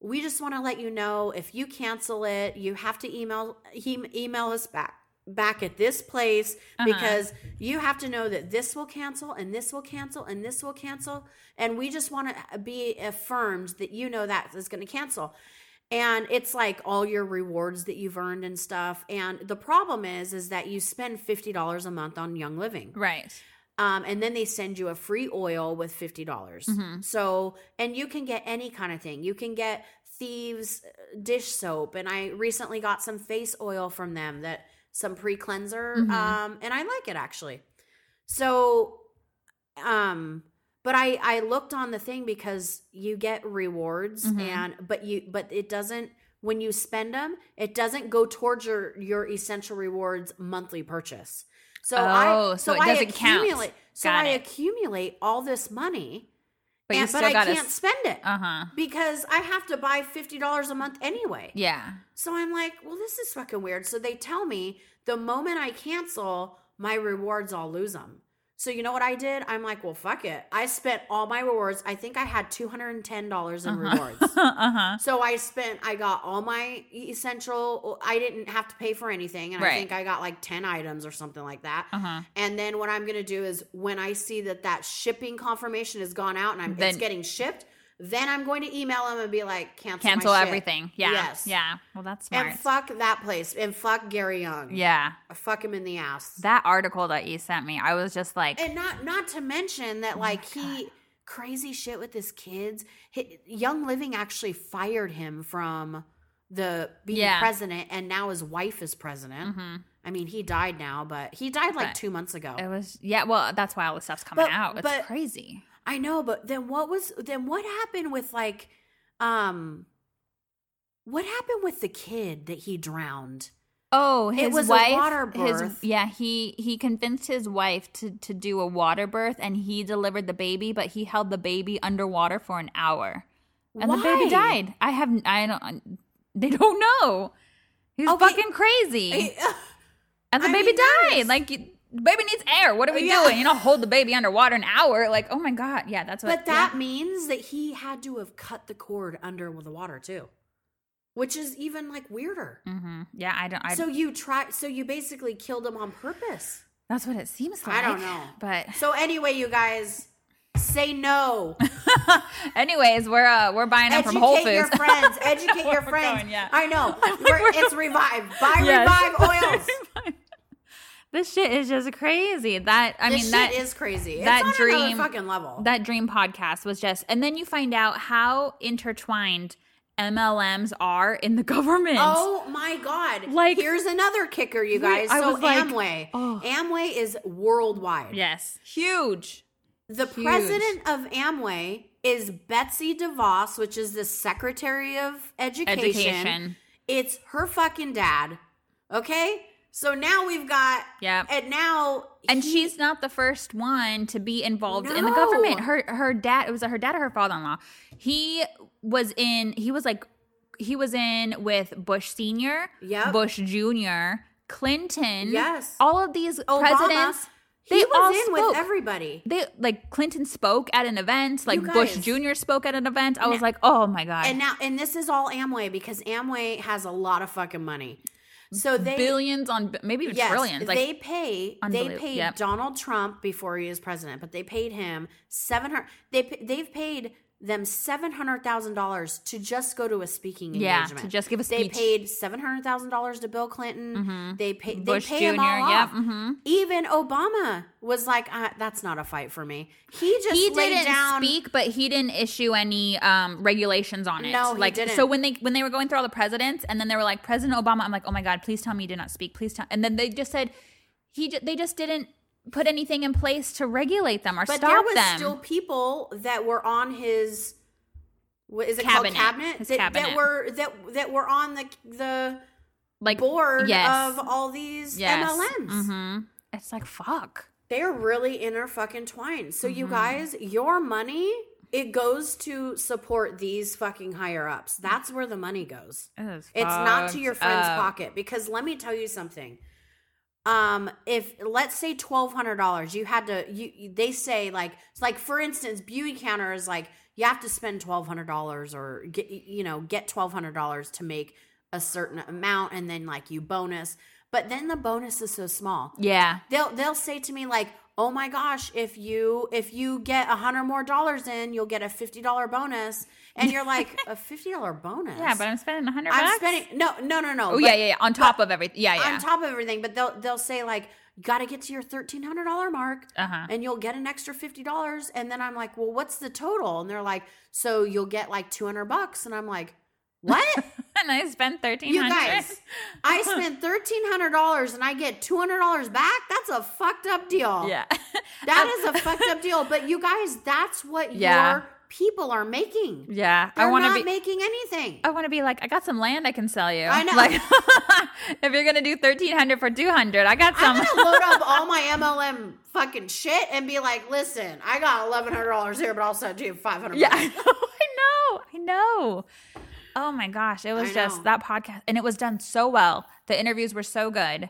we just want to let you know if you cancel it you have to email he, email us back back at this place
Uh-huh.
because you have to know that this will cancel and this will cancel and this will cancel and we just want to be affirmed that you know that is going to cancel and it's like all your rewards that you've earned and stuff and the problem is is that you spend $50 a month on young living
Right.
um, and then they send you a free oil with fifty dollars.
Mhm.
So, and you can get any kind of thing. You can get Thieves uh, dish soap, and I recently got some face oil from them that some pre cleanser,
Mhm.
um, and I like it actually. So, um, but I I looked on the thing because you get rewards,
Mhm.
and but you but it doesn't when you spend them, it doesn't go towards your your essential rewards monthly purchase. So
Oh,
I
so
so,
it
I
doesn't count.
accumulate. So
Got
I
it.
accumulate all this money,
But
but,
you
and,
still
but I
gotta
can't
s-
spend it
Uh huh.
because I have to buy fifty dollars a month anyway.
Yeah.
So I'm like, well, this is fucking weird. So they tell me the moment I cancel, my rewards, I'll lose them. So you know what I did? I'm like, well, fuck it. I spent all my rewards. I think I had two hundred and ten dollars in rewards.
uh huh.
So I spent, I got all my essential. I didn't have to pay for anything, and I
Right.
think I got like ten items or something like that.
Uh huh.
And then what I'm going to do is when I see that that shipping confirmation has gone out and I'm,
Then-
it's getting shipped, Then I'm going to email them and be like, cancel, my
Cancel
shit.
everything. Yeah.
Yes.
Yeah. Well, that's smart.
And fuck that place. And fuck Gary Young.
yeah.
Fuck him in the ass.
That article that you sent me, I was just like,
and not not to mention
Oh
that like he crazy shit with his kids. Hi Young Living actually fired him from the being
Yeah.
president, and now his wife is president.
mhm.
I mean, he died now, but he died like
But
two months ago.
it was, yeah. Well, that's why all the stuff's coming
But-
out. It's
but-
crazy.
I know, but then what was then what happened with like um what happened with the kid that he drowned?
Oh, his
It was a
wife.
water
His,
birth.
yeah, he he convinced his wife to to do a water birth, and he delivered the baby, but he held the baby underwater for an hour, and the
Why?
baby died. I have I don't they don't know. He's
Okay.
fucking crazy,
I-
and the
I
baby
mean, that
died.
is-
Like you, baby needs air. What are we
Yeah.
doing? You know, hold the baby underwater an hour. Like oh my god, yeah, that's what.
but that means that he had to have cut the cord under the water too. Which is even like weirder.
Yeah, hmm yeah I don't. I,
so you try so you basically killed him on purpose.
that's what it seems like.
I don't know.
but
So anyway, you guys say no.
anyways, we're uh, we're buying them
Educate
from Whole Foods.
your friends. Educate
where
your
we're
friends.
going, yeah.
I know.
where
We're-
we're
it's revive. Buy
Yes.
revive oils.
this shit is just crazy. That I
this
mean
shit
that
is crazy.
that
it's on another
dream-
fucking level.
that dream podcast was just and then you find out how intertwined MLMs are in the government.
oh my god!
Like-
Like here's another kicker, you
Right,
guys.
I
so
was like,
Amway,
oh.
Amway is worldwide.
Yes. Huge.
The
Huge.
president of Amway is Betsy DeVos, which is the Secretary of
Education.
It's her fucking dad. Okay? So now we've got
Yep.
and now
And
he-
she's not the first one to be involved in the
No.
government. Her her dad it was her dad or her father in law. He was in he was like he was in with Bush Senior,
Yep.
Bush Junior, Clinton.
Yes.
All of these
Obama,
presidents.
he
they
was
all
in
spoke.
with everybody.
they like Clinton spoke at an event, like Bush
guys.
Jr. spoke at an event. I was like, oh my god,
And now and this is all Amway because Amway has a lot of fucking money. So they
billions on bi- maybe even
yes,
trillions. Like
they pay they
Unbelievable.
paid
Yep.
Donald Trump before he was president, but they paid him 700 they pa- they've paid them $700,000 to just go to a speaking
yeah,
engagement.
to just give a
they
speech. Mm-hmm.
paid $700,000 to Bill Clinton. They paid they
Bush
pay
Jr.
him all
yeah,
off.
mhm.
Even Obama was like, uh, "That's not a fight for me." He just
He
laid
didn't
down.
speak, but he didn't issue any um, regulations on it.
No, he
like
didn't.
so when they when they were going through all the presidents, and then they were like President Obama. I'm like, oh my god, please tell me you did not speak. Please tell. And then they just said he ju- they just didn't put anything in place to regulate them or
but
stop
there was
them.
still people that were on his what is it
Cabinet.
called cabinet?
His
that,
cabinet.
that were that that were on the the
like
board
yes,
of all these MLMs.
hmm It's like fuck.
They're really inter fucking twined. So you guys, your money it goes to support these fucking higher ups. That's where the money goes. It's not to your friend's pocket because let me tell you something. Um, if let's say twelve hundred dollars, you had to you you- they say like like for instance, beauty counter is like you have to spend twelve hundred dollars or get you know get twelve hundred dollars to make a certain amount and then like you bonus, but then the bonus is so small.
Yeah.
They'll they'll say to me like, oh my gosh, if you if you get a hundred more dollars in, you'll get a fifty dollar bonus, and you're like a fifty dollar bonus.
Yeah, but I'm spending a hundred.
I'm
bucks?
spending no, no, no, no.
Oh yeah, yeah, yeah. On top of everything. Yeah, yeah.
On top of everything, but they'll they'll say like, you got to get to your thirteen hundred dollar mark,
Uh-huh.
and you'll get an extra fifty dollars. And then I'm like, well, what's the total? And they're like, so you'll get like two hundred bucks. And I'm like, what?
and I spent thirteen
you
hundred.
guys, I spent thirteen hundred dollars and I get two hundred dollars back. That's a fucked up deal.
Yeah.
that is a fucked up deal. But you guys, that's what
Yeah.
your people are making.
yeah.
They're
I want to
not
be.
making anything.
I want to be like. I got some land I can sell you.
I know.
Like, if you're gonna do thirteen hundred for two hundred, I got some.
I'm gonna load up all my MLM fucking shit and be like, listen, I got eleven hundred dollars here, but also do five hundred.
yeah. I know. I know. Oh my gosh, it was
I
just
know.
that podcast, and it was done so well. The interviews were so good.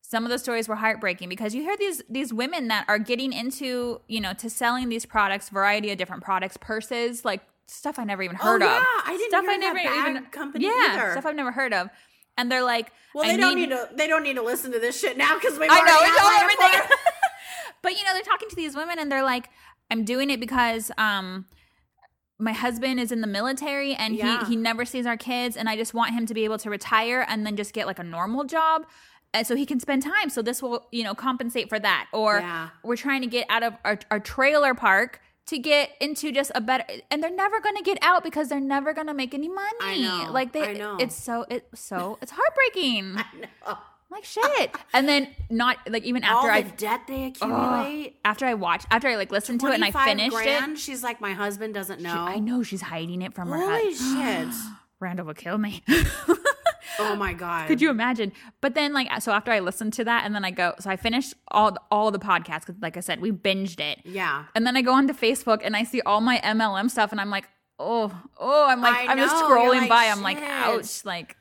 Some of the stories were heartbreaking because you hear these these women that are getting into you know to selling these products, variety of different products, purses, like stuff I never even heard
Oh, yeah.
of.
I didn't
stuff
hear that bad company
yeah,
either.
stuff I've never heard of, and they're like,
Well,
I
they don't need to. They don't need to listen to this shit now because we.
I know, we know everything. but you know, they're talking to these women and they're like, I'm doing it because um my husband is in the military and
Yeah.
he he never sees our kids and I just want him to be able to retire and then just get like a normal job and so he can spend time so this will you know compensate for that or
Yeah.
we're trying to get out of our, our trailer park to get into just a better and they're never going to get out because they're never going to make any money
know,
like they
I know.
it's so it's so it's heartbreaking
No.
like shit and then not like even after
All
I
the debt they accumulate.
after I watched after I like listened to it and I
25
finished
grand?
it
She's like, my husband doesn't know.
I know she's hiding it from her
Holy
husband.
shit!
Randall will kill me.
Oh my god.
Could you imagine? But then, like, so after I listened to that, and then I go, so I finished all all the podcasts because, like I said, we binged it,
Yeah.
and then I go onto Facebook and I see all my MLM stuff, and I'm like, oh, oh, I'm like,
I
I'm just
know, you're
scrolling
like,
by, I'm like,
shit.
ouch, like,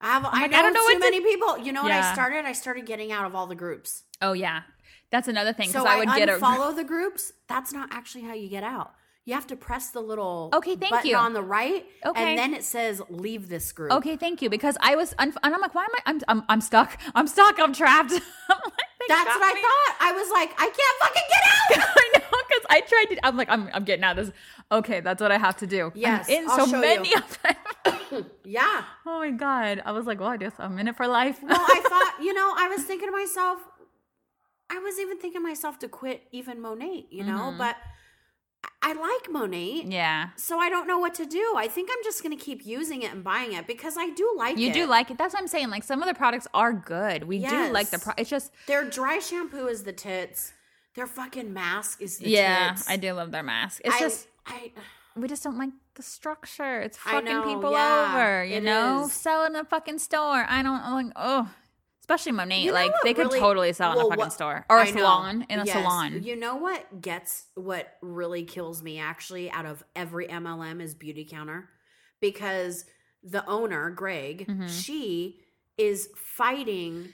I have. I,
like,
know
Oh I don't know
too
what to-
many people. You know what I
Yeah.
started? I started getting out of all the groups.
oh yeah, that's another thing because
So
I
I,
would get a.
unfollow the groups. That's not actually how you get out. You have to press the little
Okay, thank
button
you.
on the right,
Okay.
and then it says leave this group.
Okay, thank you. Because I was, unf- and I'm like, why am I? I'm, I'm, I'm stuck. I'm stuck. I'm trapped. I'm like, they
that's
got
what I
me.
thought. I was like, I can't fucking get out.
I know because I tried to. I'm like, I'm, I'm getting out of this. Okay, that's what I have to do. I'm
Yes,
in
I'll
so
show
many
you.
of them.
yeah.
Oh my god! I was like, well, I guess I'm in it for life.
Well, I thought, you know, I was thinking to myself, I was even thinking to myself to quit even Monet, you know, but I I like Monet.
Mm-hmm. yeah,
So I don't know what to do. I think I'm just going to keep using it and buying it because I do like
you
it.
do like it. That's what I'm saying. Like some of the products are good. We do like the
Yes.
pro. It's just
their dry shampoo is the tits. Their fucking mask is the
yeah,
tits.
I do love their mask. It's
I-
just
I
we just don't like the structure. It's
I
fucking
know,
people
yeah,
over. You
it
know,
is.
sell it in a fucking store. I don't I'm like oh. Especially Monet,
You know
like
what
they could
really-
totally sell it in a
well,
fucking
what-
store or a
I know.
salon in a
Yes.
salon.
You know what gets what really kills me actually out of every MLM is Beauty Counter because the owner, Greg,
Mhm.
she is fighting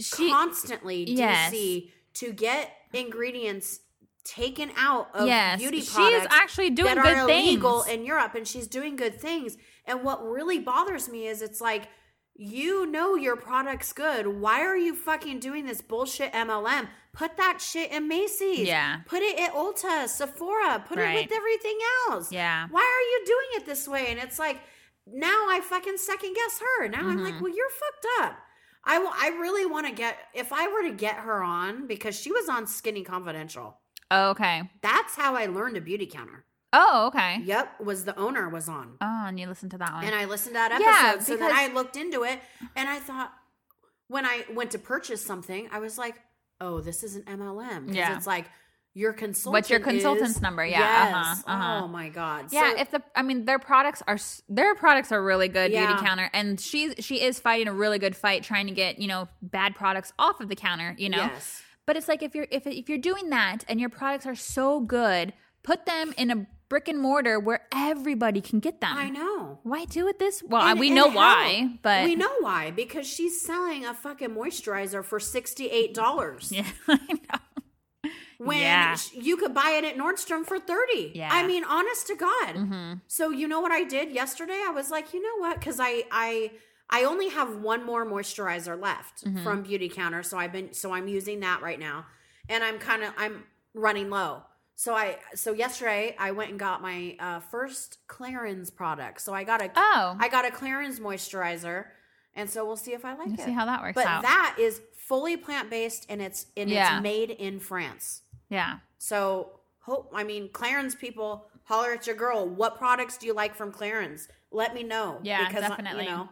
She,
constantly
Yes.
DC to get ingredients taken out of
yes,
beauty
she is
products
actually doing
that
good
are
things.
illegal in Europe, and she's doing good things. And what really bothers me is it's like you know your product's good. Why are you fucking doing this bullshit MLM? Put that shit in Macy's.
Yeah.
Put it at Ulta, Sephora. Put it
Right.
with everything else.
Yeah.
Why are you doing it this way? And it's like now I fucking second guess her. Now I'm
Mm-hmm.
like, well, you're fucked up. I will- I really want to get if I were to get her on because she was on Skinny Confidential.
Oh, okay.
That's how I learned a beauty counter.
Oh, okay.
Yep, was the owner was on.
Oh, and you listen to that one.
And I listened to that episode.
Yeah,
so then
because-
I looked into it and I thought when I went to purchase something, I was like, oh, this is an MLM. 'Cause
Yeah.
It's like your consultant.
What's your consultant's
is-
number? Yeah, uh-huh,
Yes.
uh-huh.
Oh my God.
yeah,
So-
if the I mean their products are s- their products are really good
Yeah.
beauty counter, and she's she is fighting a really good fight trying to get you know bad products off of the counter, you know.
Yes.
But it's like if you're if if you're doing that and your products are so good, put them in a brick and mortar where everybody can get them.
I know.
Why do it this? Um, Well, I-
And-
we
and
know
how?
why, but
we know why because she's selling a fucking moisturizer for sixty eight dollars.
yeah, I know.
when
Yeah.
sh- you could buy it at Nordstrom for 30.
Yeah. Mm-hmm.
I mean, honest to God. So you know what I did yesterday? I was like, you know what? Cause I, I, I only have one more moisturizer left
Mm-hmm.
from Beauty Counter. So I've been, so I'm using that right now and I'm kind of, I'm running low. So I, so yesterday I went and got my uh, first Clarins product. So I got a, I
Oh,
got a Clarins moisturizer. And so we'll see if I like
you
it.
see how that works
but
out.
that is fully plant based and it's and
Yeah.
it's made in France.
yeah,
So hope I mean Clarence people holler at your girl. What products do you like from Clarence? Let me know.
Yeah,
uh,
definitely.
You know,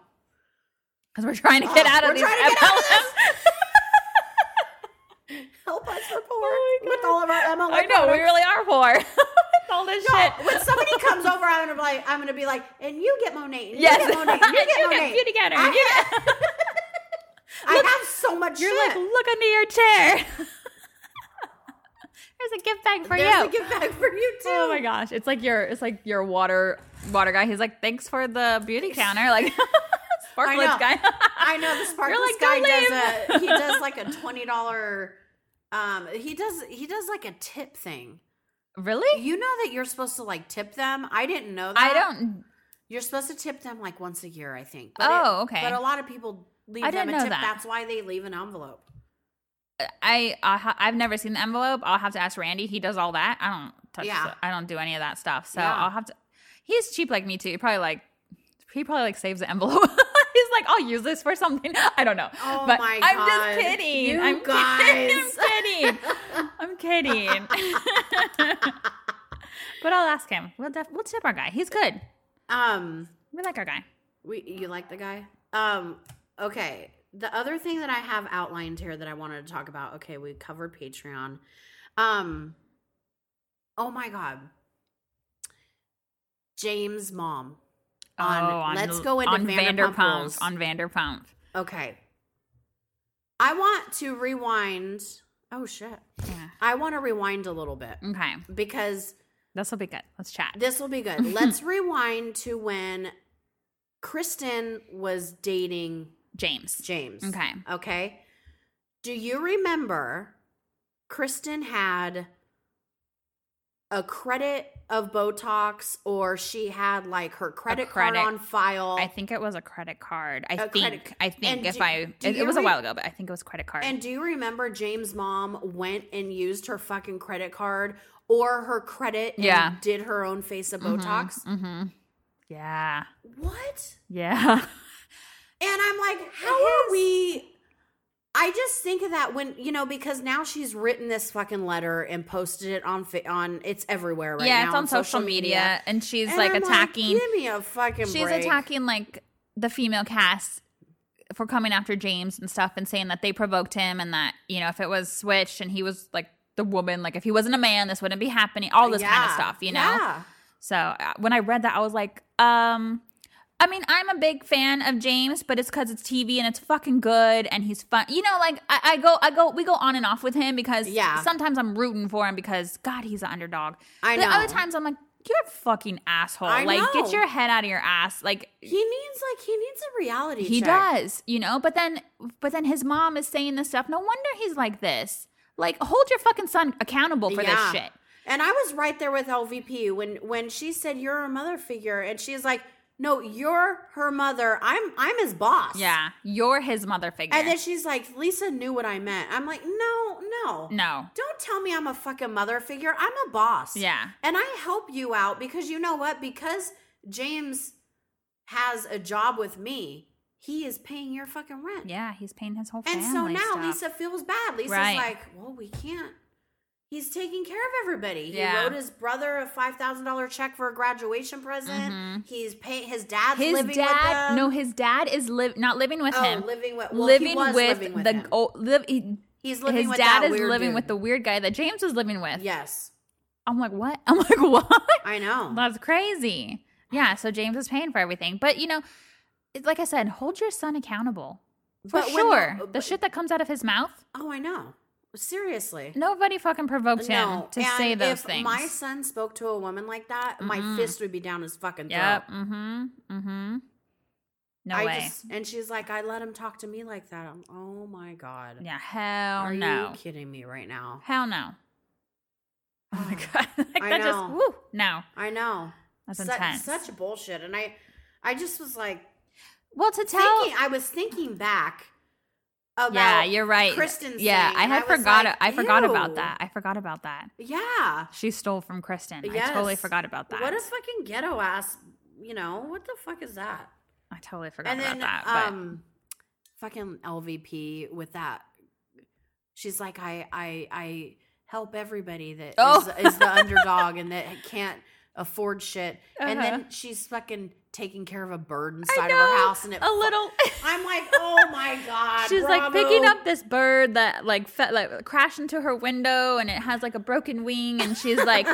because we're trying to get
Oh,
out of
we're
these
trying to get out of this.
MLMs.
help us report
Oh my
with
God.
all of our MLM.
I know
products.
we really are poor. All this shit.
When somebody comes over, I'm gonna be like, I'm gonna be like, and you get Monet, and you
Yes.
get Monet, and you get
You get-
Monet.
you get her,
I,
you
have, I have so much.
You're
shit.
like, look under your chair. There's a gift bag for
There's
you.
a gift bag for you too.
oh my gosh, it's like your it's like your water water guy. He's like, thanks for the beauty counter, like
I
sparklets
know.
guy.
I know the sparkles
like,
guy
"Don't
does a
leave."
he does like a twenty dollar. Um, he does he does like a tip thing.
really?
You know that you're supposed to like tip them. I didn't know that.
I don't.
You're supposed to tip them like once a year, I think.
Oh, okay.
But a lot of people leave
I
them
didn't
a
know
tip.
that.
That's why they leave an envelope.
I, I ha- I've never seen the envelope. I'll have to ask Randy. He does all that. I don't. touch.
Yeah.
the- I don't do any of that stuff. So
Yeah.
I'll have to. He's cheap like me too. He probably like he probably like saves the envelope. he's like, I'll use this for something. I don't know.
Oh
but
my
I'm
God.
just kidding.
You
I'm
guys.
kidding. I'm kidding. I'm kidding. but I'll ask him. We'll def- we'll tip our guy. He's good.
Um,
We like our guy.
we you like the guy? Um, okay. The other thing that I have outlined here that I wanted to talk about. Okay, we covered Patreon. Um, oh my god, James' mom. On- let's go into
Oh, on
Vanderpump Rules.
on Vanderpump.
Okay, I want to rewind. Oh shit,
Yeah.
I want to rewind a little bit
Okay.
because
This will be good. Let's chat.
This will be good. Let's rewind to when Kristen was dating
James.
James.
Okay.
Okay. Do you remember Kristen had a credit of Botox or she had like her credit,
credit.
card on file?
I think it was a credit card. I
A
think.
credit-
I think
And
if
do-
I,
do
it,
you
it was a
re-
while ago, but I think it was credit card.
And do you remember James' mom went and used her fucking credit card or her credit and
Yeah.
did her own face of Botox?
hmm Yeah.
What?
Yeah.
And I'm like, how are we? I just think of that when you know because now she's written this fucking letter and posted it on fa- on it's everywhere right now.
yeah. It's on social media, and she's
And
like
I'm
attacking.
Give me a fucking.
she's
break.
attacking like the female cast for coming after James and stuff, and saying that they provoked him, and that you know if it was switched and he was like the woman, like if he wasn't a man, this wouldn't be happening. All this kind of
Yeah.
stuff, you know.
Yeah.
So uh, when I read that, I was like, um, I mean, I'm a big fan of James, but it's because it's TV and it's fucking good and he's fun. You know, like I, I go, I go, we go on and off with him because
Yeah.
sometimes I'm rooting for him because God, he's an underdog.
I
But
know.
other times I'm like, you're a fucking asshole.
I
like,
know.
get your head out of your ass. Like,
He needs like he needs a reality.
he
check.
does, you know. But then, but then his mom is saying this stuff. No wonder he's like this. Like, hold your fucking son accountable for
Yeah.
this shit.
And I was right there with LVP when when she said you're a mother figure and she's like, no, you're her mother. I'm I'm his boss.
Yeah, you're his mother figure.
And then she's like, Lisa knew what I meant. I'm like, no, no,
no,
Don't tell me I'm a fucking mother figure. I'm a boss.
yeah.
And I help you out because you know what? Because James has a job with me, he is paying your fucking rent.
Yeah, he's paying his whole
and
family.
so now
stuff.
Lisa feels bad. Lisa's
Right.
like, well, we can't. He's taking care of everybody. He
Yeah.
wrote his brother a five thousand dollar check for a graduation present.
Mhm.
He's paying his dad's
his
living
dad,
with them.
no, his dad is live not living with
oh,
him.
living with well, he
living,
was
with
living with
the
him.
old. Live, he,
He's living
his
with
dad
that
is
weird
living
dude.
with the weird guy that James was living with.
yes.
I'm like, what? I'm like, what?
I know.
That's crazy. Yeah, so James is paying for everything, but you know, it's like I said, hold your son accountable for
But when the-
sure. the
but-
shit that comes out of his mouth,
Oh, I know. Seriously.
nobody fucking provoked him to
and
say those
if
things.
my son spoke to a woman like that, my
Mhm.
fist would be down his fucking throat.
yep. Mm-hmm. Mm-hmm. No
I
way.
just and she's like, I let him talk to me like that. I'm, oh my god.
yeah. Hell
Are
no.
you kidding me right now?
Hell no. Oh my god. like
I
that
know.
just woo. No.
I know.
That's
Such-
intense.
Such, bullshit. And I I just was like
well to tell
thinking I was thinking back about
Yeah, you're right.
Kristen
yeah,
saying,
I
and
had
I was
forgot
like,
I forgot
ew.
about that. I forgot about that.
Yeah.
She stole from Kristen.
Yes.
I totally forgot about that.
What a fucking ghetto ass you know, what the fuck is that?
I totally forgot
and
about
then
that. But
um fucking LVP with that she's like I I I help everybody that is
Oh.
is, the underdog and that can't afford shit and then
Uh-huh.
she's fucking taking care of a bird
I
inside of
know,
her house and it
a little
I'm like oh my god
She's like
bravo.
picking up this bird that like fe- like crashed into her window and it has like a broken wing and she's like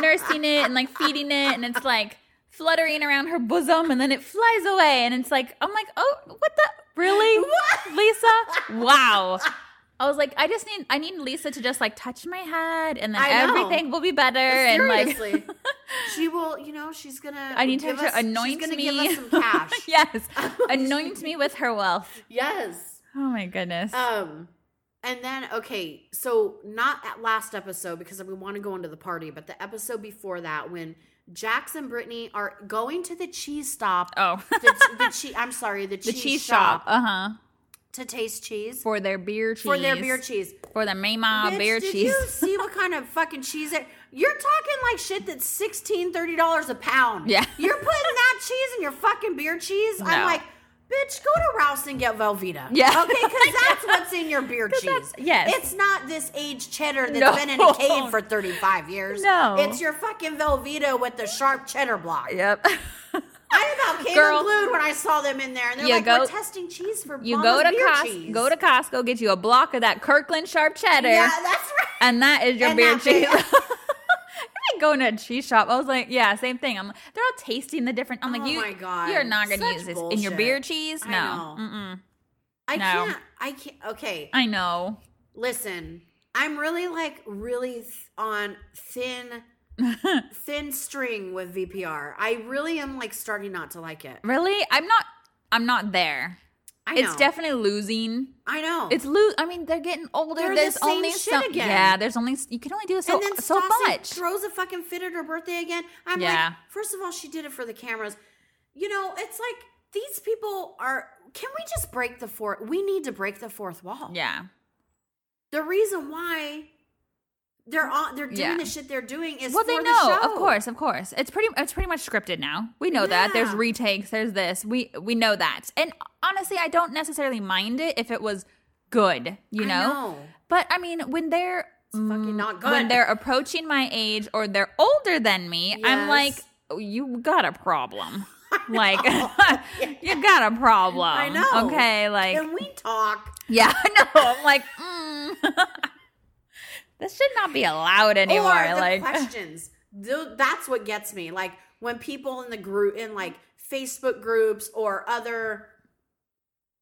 nursing it and like feeding it and it's like fluttering around her bosom and then it flies away and it's like I'm like oh what the really Lisa wow I was like I just need I need Lisa to just like touch my head and then
I know.
everything will be better and like
seriously she will you know she's gonna
I need
give
her to
us- she's
anoint
gonna
me
give us some cash
yes anoint me with her wealth
yes
oh my goodness
Um, and then okay, so not at last episode because we want to go into the party, but the episode before that when Jax and Brittany are going to the cheese stop.
oh
The, the cheese. I'm sorry, the cheese,
the cheese
shop,
shop uh huh
to taste cheese
for their beer cheese.
for their beer cheese.
For the Mama
Bitch,
beer
did
Uh, cheese.
you see what kind of fucking cheese it? You're talking like shit that's 16 dollars a pound.
Yeah.
you're putting that cheese in your fucking beer cheese. I'm
No.
like, bitch, go to Rouse and get Velveeta.
Yeah.
okay, because that's what's in your beer cheese.
that's- yes.
it's not this aged cheddar that's
No.
been in a cave for 35 years.
No.
it's your fucking Velveeta with the sharp cheddar block.
Yep.
I about came
Girl.
unglued when I saw them in there, and they're
You
like,
go-
we're testing cheese for
You
Mama's
go to
beer
Costco.
cheese.
Go to Costco. Get you a block of that Kirkland sharp cheddar.
yeah, that's right.
and that is your
And
beer
that
cheese.
big-
I didn't go into a cheese shop. I was like, yeah, same thing. I'm they're all tasting the different. I'm like,
Oh
you,
my God.
you're not gonna
Such
use this in your
bullshit.
beer cheese.
I
No,
know.
Mm-mm.
I
No.
can't. I can't. Okay,
I know.
listen. I'm really like really th- on thin, thin string with VPR. I really am like starting not to like it.
Really, I'm not. I'm not there.
I know.
It's definitely losing.
I know.
It's lose. I mean, they're getting older.
They're the
there's
same
only
shit
so-
again.
Yeah, there's only you can only do so
and then
so
Stassi
much.
throws a fucking fit at her birthday again. I'm like,
Yeah.
first of all, she did it for the cameras. You know, it's like these people are. Can we just break the fourth? We need to break the fourth wall.
yeah,
The reason why they're on, they're doing
Yeah.
the shit they're doing is
well,
for
they
the
know,
show.
of course, of course. It's pretty. It's pretty much scripted now. We know that. There's
Yeah.
retakes. There's this. We we know that. And honestly, I don't necessarily mind it if it was good. You
I
know.
know.
But I mean, when they're mm,
fucking not
when
good.
they're approaching my age or they're older than me, I'm
Yes.
like, "Oh, you got a problem. Like you got a problem.
I know.
Okay, like
Can we talk?
yeah, I know. I'm like, mm. this should not be allowed anymore.
or the
like,
questions. Tho- That's what gets me. Like when people in the group, in like Facebook groups or other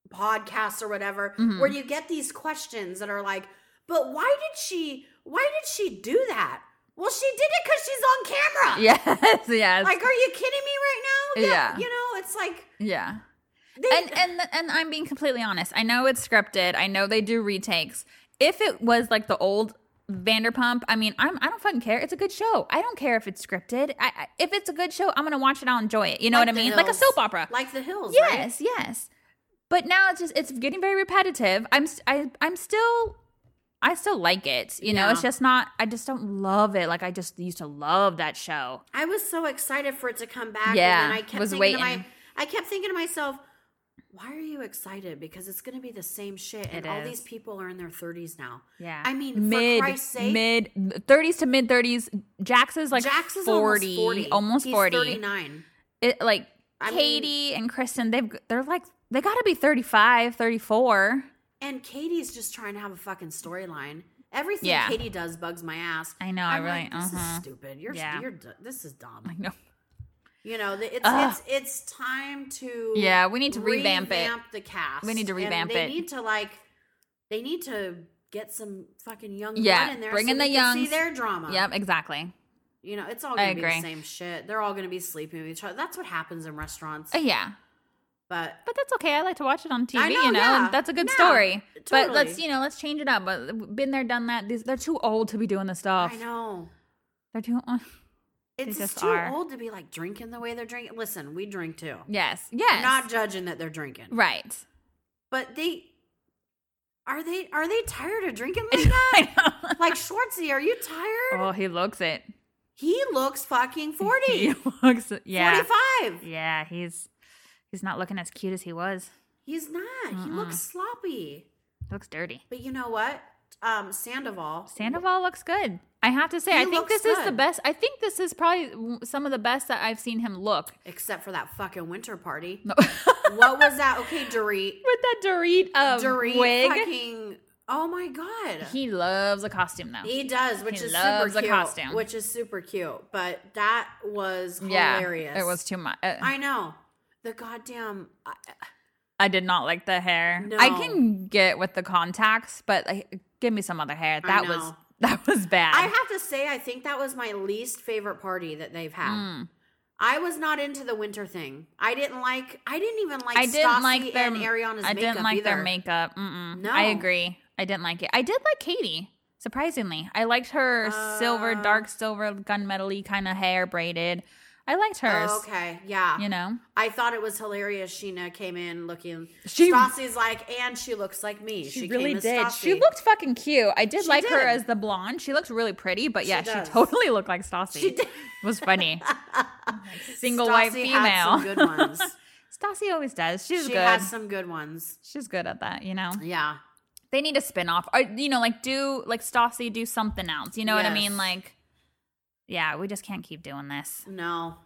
podcasts or whatever,
Mhm.
where you get these questions that are like, "But why did she? Why did she do that?" Well, she did it because she's on camera.
yes, yes,
Like, are you kidding me right now?
Yeah.
You know, it's like
yeah.
they,
and and and I'm being completely honest. I know it's scripted. I know they do retakes. If it was like the old Vanderpump, I mean, I'm I don't fucking care. It's a good show. I don't care if it's scripted. I, I if it's a good show, I'm gonna watch it. I'll enjoy it. You know
Like
what I
The
mean? Like a
Hills.
soap opera.
like the hills. right?
yes, yes. But now it's just it's getting very repetitive. I'm s- I I'm still. I still like it, you know.
Yeah.
It's just not. I just don't love it. Like I just used to love that show.
I was so excited for it to come back.
Yeah,
and then I kept
was
thinking To my,
waiting.
I kept thinking to myself, why are you excited? Because it's going to be the same shit, and
It
all
is.
these people are in their thirties now.
Yeah,
I mean,
mid
for Christ's sake,
mid thirties to mid thirties. Jax is like
Jax is
40,
almost forty.
almost
He's
40.
Thirty-nine.
it like
I mean-
Katie and Kristen, they've they're like they got to be 35, 34.
And Katie's just trying to have a fucking storyline. Everything
Yeah.
Katie does bugs my ass.
I know, I
I'm like,
really-
this
uh-huh.
is stupid. You're
Yeah.
you're d- this is dumb.
I know.
You know, the- it's
Ugh.
it's it's time to
Yeah, we need to revamp it.
revamp the cast.
We need to
And
revamp
they
it.
need to like they need to get some fucking young
Yeah,
blood in there.
bring
so
in
we
the
can See
youngs.
their drama.
Yep, exactly.
You know, it's all
I
gonna be the
agree.
same shit. They're all gonna be sleeping with each other. That's what happens in restaurants.
Uh, yeah.
But
But that's okay. I like to watch it on TV,
I know,
you know.
yeah.
and That's a good
Yeah,
story. But
totally.
let's, you know, let's change it up. But been there, done that. These they're too old to be doing this stuff.
I know.
They're too old.
It's just
just
too
are.
old to be like drinking the way they're drinking. Listen, we drink too.
Yes. Yes.
Not judging that they're drinking.
right.
But they are they are they tired of drinking like that?
I know.
like Schwartzy, are you tired?
oh, he looks it.
He looks fucking 40.
He looks it. Yeah.
45.
Yeah, he's he's not looking as cute as he was.
He's not.
Uh-uh.
He looks sloppy.
Looks dirty.
But you know what? Um, Sandoval.
Sandoval looks good. I have to say,
He
I think
looks
this is the
good.
best. I think this is probably w- some of the best that I've seen him look.
except for that fucking winter party.
With
what was that? Okay, Dorit.
that Dorit um,
Dorit
wig,
fucking. Oh my God. He,
he loves a costume though.
does, which
He
is
loves
super
the
cute.
costume.
Which is super cute. But that was
yeah,
hilarious.
it was too much. Uh, I,
I know. The goddamn. I,
did not like the hair. I
No.
can get with the contacts, but like, give me some other hair.
I
That was
know.
that was bad.
I have to say, I think that was my least favorite party that they've
Mm.
had. I was not into the winter thing. I didn't like. I didn't even like.
I didn't like
Stassi
their.
and Ariana's
I didn't
makeup
like their
either.
makeup. Mm-mm.
No.
I agree. I didn't like it. I did like Katie. Surprisingly, I liked her silver,
Uh,
dark silver, gunmetal-y kind of hair braided. I liked hers.
Oh, okay. Yeah.
You know?
I thought it was hilarious. Sheena came in looking.
She-
Stassi's like, and she looks like me. She,
She,
came
really
as
did.
Stassi.
She looked fucking cute. I did
She
like her
did.
as the blonde. She looks really pretty, but yeah, she,
does.
totally looked like Stassi.
She did.
It was funny. Single white
Stassi Had some
female.
good ones.
Stassi always does. She's
she
good.
had some good ones.
She's good at that, you know?
Yeah.
They need a spin off. Or, you know, like do, like Stassi, do something else. You know what I
Yes.
mean? Like, yeah, we just can't keep doing this.
No.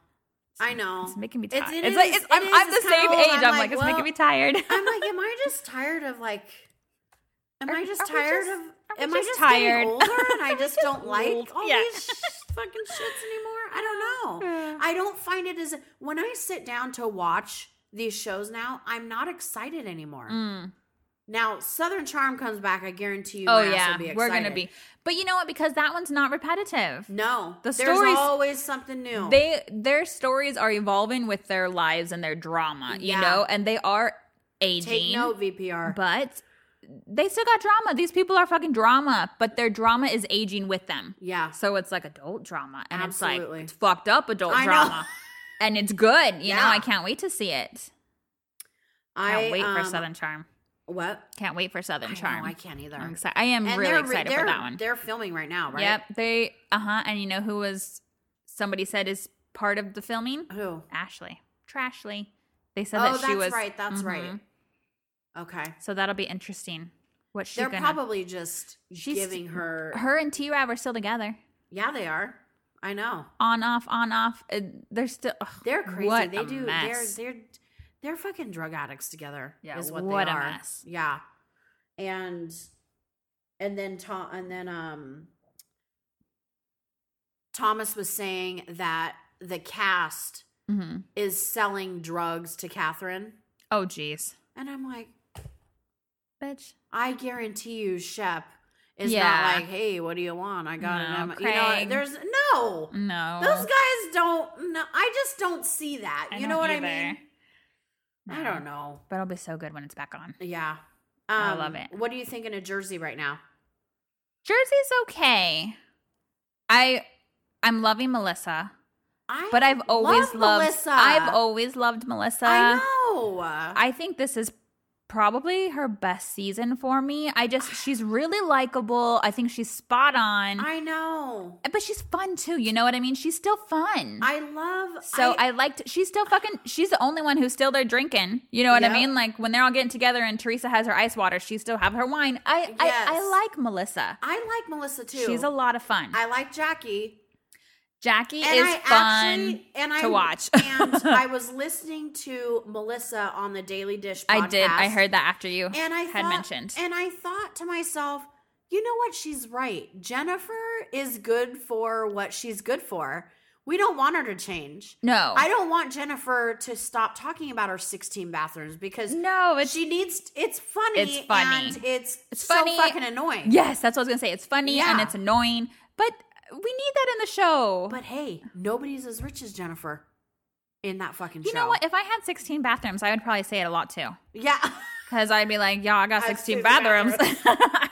I know.
It's making me
It's-
tired.
it
It's,
is-
like it's,
it
I'm,
is.
I'm the
It's kinda
same
old.
age.
I'm
I'm,
like,
like, it's
well,
making me tired.
I'm like, am I just tired of like? Am
Are-
I just
are we
tired
just- are
of?
we
Am I
just
just getting
tired?
older and I just
Just
don't like
old.
all
Yeah.
these sh- fucking shits anymore? I don't know. I don't find it as when I sit down to watch these shows now. I'm not excited anymore. Now Southern Charm comes back. I guarantee you.
Mm. oh
my ass
yeah,
will be
we're gonna
excited.
be. But you know what? Because that one's not repetitive.
No,
The
there's
stories-
always something new.
They their stories are evolving with their lives and their drama, you
Yeah.
know, and they are aging.
take note, VPR.
but they still got drama. These people are fucking drama, but their drama is aging with them.
yeah,
So it's like adult drama, and it's
Absolutely.
like it's fucked up adult
I know.
drama, and it's good. You know,
Yeah.
I can't wait to see it. Can't
I
wait for
um,
Southern Charm.
What?
Can't wait for Southern
I
Charm.
know, I can't either.
I'm excited. I am
And
really
they're re-
excited for
they're-
that one.
They're filming right now, right?
Yep. They uh huh. And you know who was somebody said is part of the filming?
Who?
Ashley. Trashley. They said
Oh,
that she
that's
was
right. That's right.
Mhm.
Okay.
So that'll be interesting. What she
They're
gonna
probably just
She's-
giving her,
her and T Rav are still together.
Yeah, they are. I know.
On off, on off. Uh, They're still ugh,
They're crazy.
What
they
a
do.
mess.
They're they're they're fucking drug addicts together.
Yeah,
Is what,
what
they
a
are.
mess.
Yeah. And and then Tom and then um Thomas was saying that the cast
Mhm.
is selling drugs to Catherine,
Oh jeez.
and I'm like,
Bitch.
I guarantee you, Shep is
Yeah.
not like, hey, what do you want? I got
No,
an M. You know,
Craig.
there's no.
No.
Those guys don't. No, I just don't see that.
I
you
don't
know what I
either.
mean? I
No.
don't know.
But it'll be so good when it's back on.
Yeah. Um,
I love it.
What are you thinking of Jersey right now?
Jersey's okay. I I'm loving Melissa.
I
But I've always
love
loved
Melissa.
I've Um, always loved Melissa.
I know. I,
I think this is probably her best season for me. I just she's really likable. I think she's spot on.
know.
but she's fun too, you know what I mean? She's still fun.
I love.
so I, liked she's still fucking she's the only one who's still there drinking. You know what
Yep.
I mean? Like when they're all getting together and Teresa has her ice water, she still have her wine. I
Yes.
I, I like Melissa.
I like Melissa too.
She's a lot of fun.
I like Jackie.
Jackie is
I
fun
actually- and
to
I,
watch.
and I was listening to Melissa on the Daily Dish. Podcast,
I did. I heard that after you
and I
had
thought,
mentioned.
and I thought to myself, you know what? She's right. Jennifer is good for what she's good for. We don't want her to change.
no.
I don't want Jennifer to stop talking about her 16 bathrooms because
No, it's
she needs. It's funny.
It's funny.
And it's
It's
so
funny.
fucking annoying.
Yes, that's what I was gonna say. It's funny and
Yeah.
it's annoying, but we need that in the show.
But hey, nobody's as rich as Jennifer in that fucking
you
show.
know what? If I had 16 bathrooms, I would probably say it a lot too,
Yeah.
because I'd be like, "Yeah, I got
I have 16
16 bathrooms."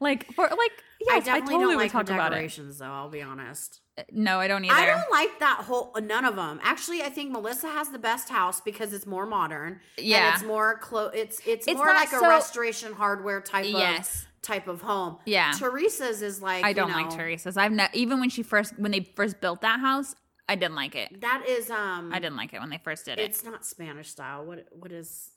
like for like, yes, I,
I definitely
totally
don't
would
like her
talk about it.
decorations, though. I'll be honest.
No, I don't either.
I don't like that whole none of them. Actually, I think Melissa has the best house because it's more modern.
Yeah.
and it's more close. It's, it's
It's
more
not
like a
so-
restoration hardware type
Yes.
of type of home.
Yeah.
Teresa's is like
I
you
don't like
know,
Teresa's. I've not even when she first when they first built that house, I didn't like it.
That is um.
I didn't like it when they first did it.
It's not Spanish style. What what is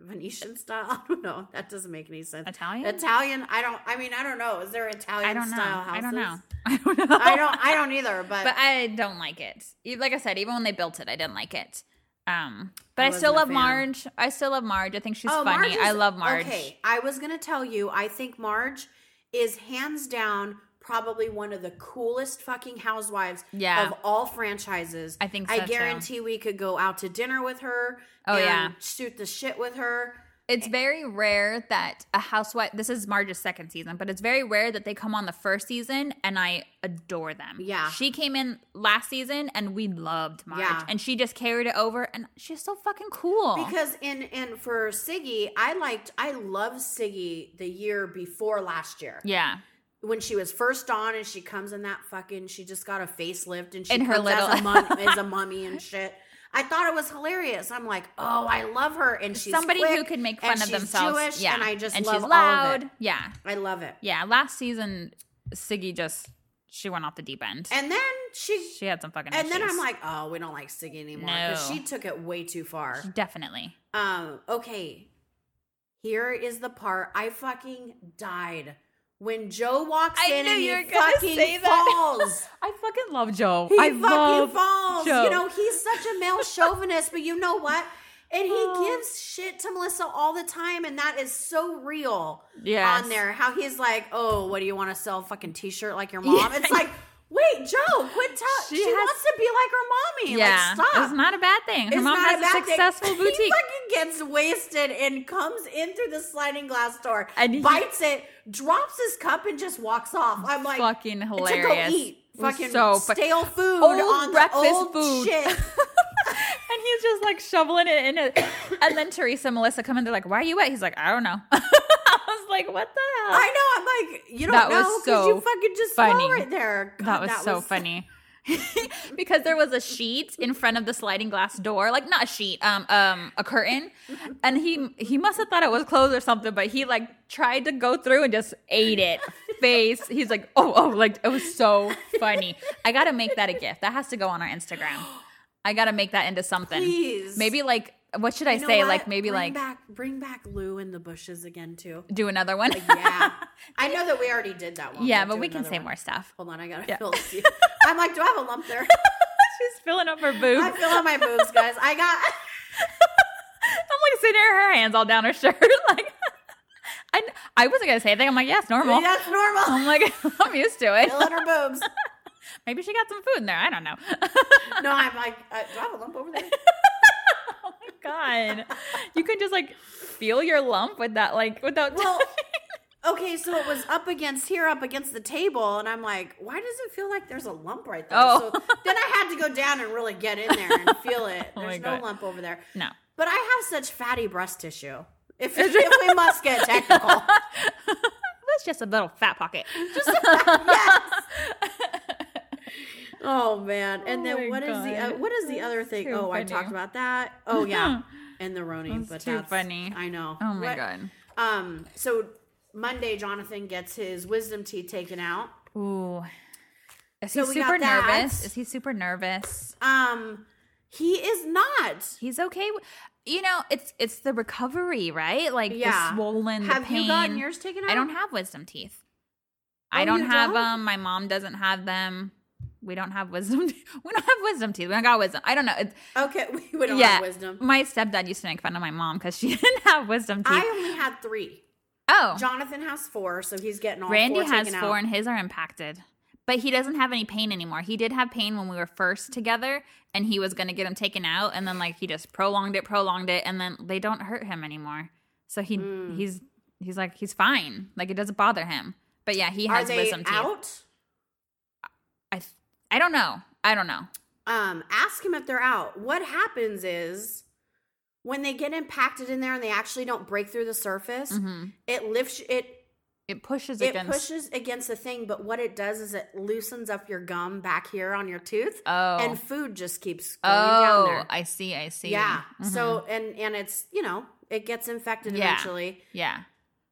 Venetian style? I don't know. That doesn't make any sense.
Italian?
Italian. I don't. I mean, I don't know. Is there Italian
I don't know.
style houses?
I don't know. I don't know.
I don't. I don't either. But,
but I don't like it. E- Like I said, even when they built it, I didn't like it. Um, but
I
I,
wasn't
still
a
love
fan. Oh,
Marge. I still love Marge. I think she's
Marge
funny. I
is-
love Marge.
Okay, I was gonna tell you. I think Marge is hands down probably one of the coolest fucking housewives
Yeah.
of all franchises.
I think so,
I
too.
guarantee we could go out to dinner with her.
Oh,
and
yeah.
shoot the shit with her.
It's
Eh.
very rare that a housewife. This is Marge's second season, but it's very rare that they come on the first season, and I adore them.
Yeah.
she came in last season, and we loved Marge,
Yeah.
and she just carried it over, and she's so fucking cool.
Because in and for Siggy, I liked I loved Siggy the year before last year.
yeah,
when she was first on and she comes in that fucking she just got a facelift and she
In her
comes as, a
little-
mum, as a mummy and shit. I thought it was hilarious. I'm like, oh, I love her, and she's
Somebody who
quick,
can make
and
fun of
she's
themselves.
Jewish,
yeah.
and I just
and
love
she's
All of
loud.
it.
Yeah.
I love it.
Yeah. Last season, Siggy just she went off the deep end.
And then she,
she had some fucking
and then
issues.
I'm like, oh, we don't like Siggy anymore because
No.
she took it way too far.
Definitely.
Um, okay. Here is the part I fucking died when Joe walks
I
in
knew
and he
you were gonna
fucking
say that.
falls.
I fucking love Joe.
He
I
fucking
love
falls.
Joe.
You know, he's such a male chauvinist, but you know what? And he
Oh.
gives shit to Melissa all the time, and that is so real
Yes.
on there. How he's like, Oh, what do you want to sell? a Fucking t shirt like your mom? It's like, Wait, Joe, quit talking. She,
She has-
wants to be like her mommy.
Yeah,
Like, stop.
it's not a bad thing. Her
It's
mom
not
has a,
bad thing.
successful
He
boutique.
fucking gets wasted and comes in through the sliding glass door,
And he-
bites it, drops his cup, and just walks off. I'm like,
fucking
To go
hilarious.
eat
It was
fucking
so fu-
stale food
Old
on
breakfast
the old
food.
shit.
and he's just like shoveling it in it. And then Teresa and Melissa come in. They're like, "Why are you wet?" He's like, "I don't know." I was like, "What the hell?"
I know. I'm like, you don't
That was
know because you
so
fucking just
funny.
saw it there. God,
that was so funny. because there was a sheet in front of the sliding glass door, like not a sheet, um, um, a curtain,
Mm-hmm.
and he he must have thought it was clothes or something, but he like tried to go through and just ate it. Face, he's like, oh, oh, like it was so funny. I gotta make that a gift. That has to go on our Instagram. I gotta make that into something.
Please.
maybe like what should I
You know
say?
what?
Like maybe
Bring
like
back, bring back Lou in the bushes again too.
do another one.
Yeah, I know that we already did that one.
yeah,
We'll
but
do
we can
another
say
one.
more stuff.
Hold on, I gotta
Yeah.
feel. I'm like, do I have a lump there?
She's filling up her boob.
I feel on my boobs, guys. I got.
I'm like sitting there, her hands all down her shirt. Like, I, I wasn't gonna say anything. I'm like, yes, normal.
That's normal.
I'm like, I'm used to it.
Feeling her boobs.
Maybe she got some food in there. I don't know.
No, I'm like, uh, do I have a lump over there?
oh my god, you can just like feel your lump with that, like without.
Well, okay, so it was up against here, up against the table, and I'm like, why does it feel like there's a lump right there?
Oh.
So then I had to go down and really get in there and feel it.
Oh
There's
my
no
God.
lump over there.
no.
But I have such fatty breast tissue. If, if we must get technical,
That's just a little fat pocket. Just
oh man! And
Oh
then
my
what is the
God.
uh, what is the other
That's
thing?
too
Oh, I
funny.
talked about that. Oh yeah, and the Roni.
That's
but
too
that's
funny.
I know.
oh my
What-
god.
Um, so Monday, Jonathan gets his wisdom teeth taken out.
Ooh. Is
So
he
we got
super
that.
nervous? Is he super nervous?
Um, he is not.
He's okay. w- You know, it's it's the recovery, right? Like
Yeah.
the swollen, the
Have you gotten
pain.
yours taken out?
I don't have wisdom teeth.
Oh,
I don't
you
have
don't?
them. My mom doesn't have them. We don't have wisdom. Te- we don't have wisdom teeth. We don't got wisdom. I don't know. It's,
Okay, we would all
yeah,
have wisdom.
My stepdad used to make fun of my mom because she didn't have wisdom teeth.
I only had three.
oh,
Jonathan has four, so he's getting all
Randy
four
has
taken
four,
out.
and his are impacted. But he doesn't have any pain anymore. He did have pain when we were first together, and he was going to get him taken out, and then like he just prolonged it, prolonged it, and then they don't hurt him anymore. So he
Hmm.
he's he's like he's fine. Like it doesn't bother him. But yeah, he
Are
has
they
wisdom teeth.
out?
I th- I don't know. I don't know.
Um, ask him if they're out. What happens is when they get impacted in there and they actually don't break through the surface,
Mm-hmm.
it lifts it
It pushes
Mm-hmm. it
against.
pushes against the thing, but what it does is it loosens up your gum back here on your tooth,
Oh.
and food just keeps going down
oh,
there.
I see. I see. Mm-hmm.
yeah. So and and it's you know it gets infected
Yeah.
eventually.
Yeah.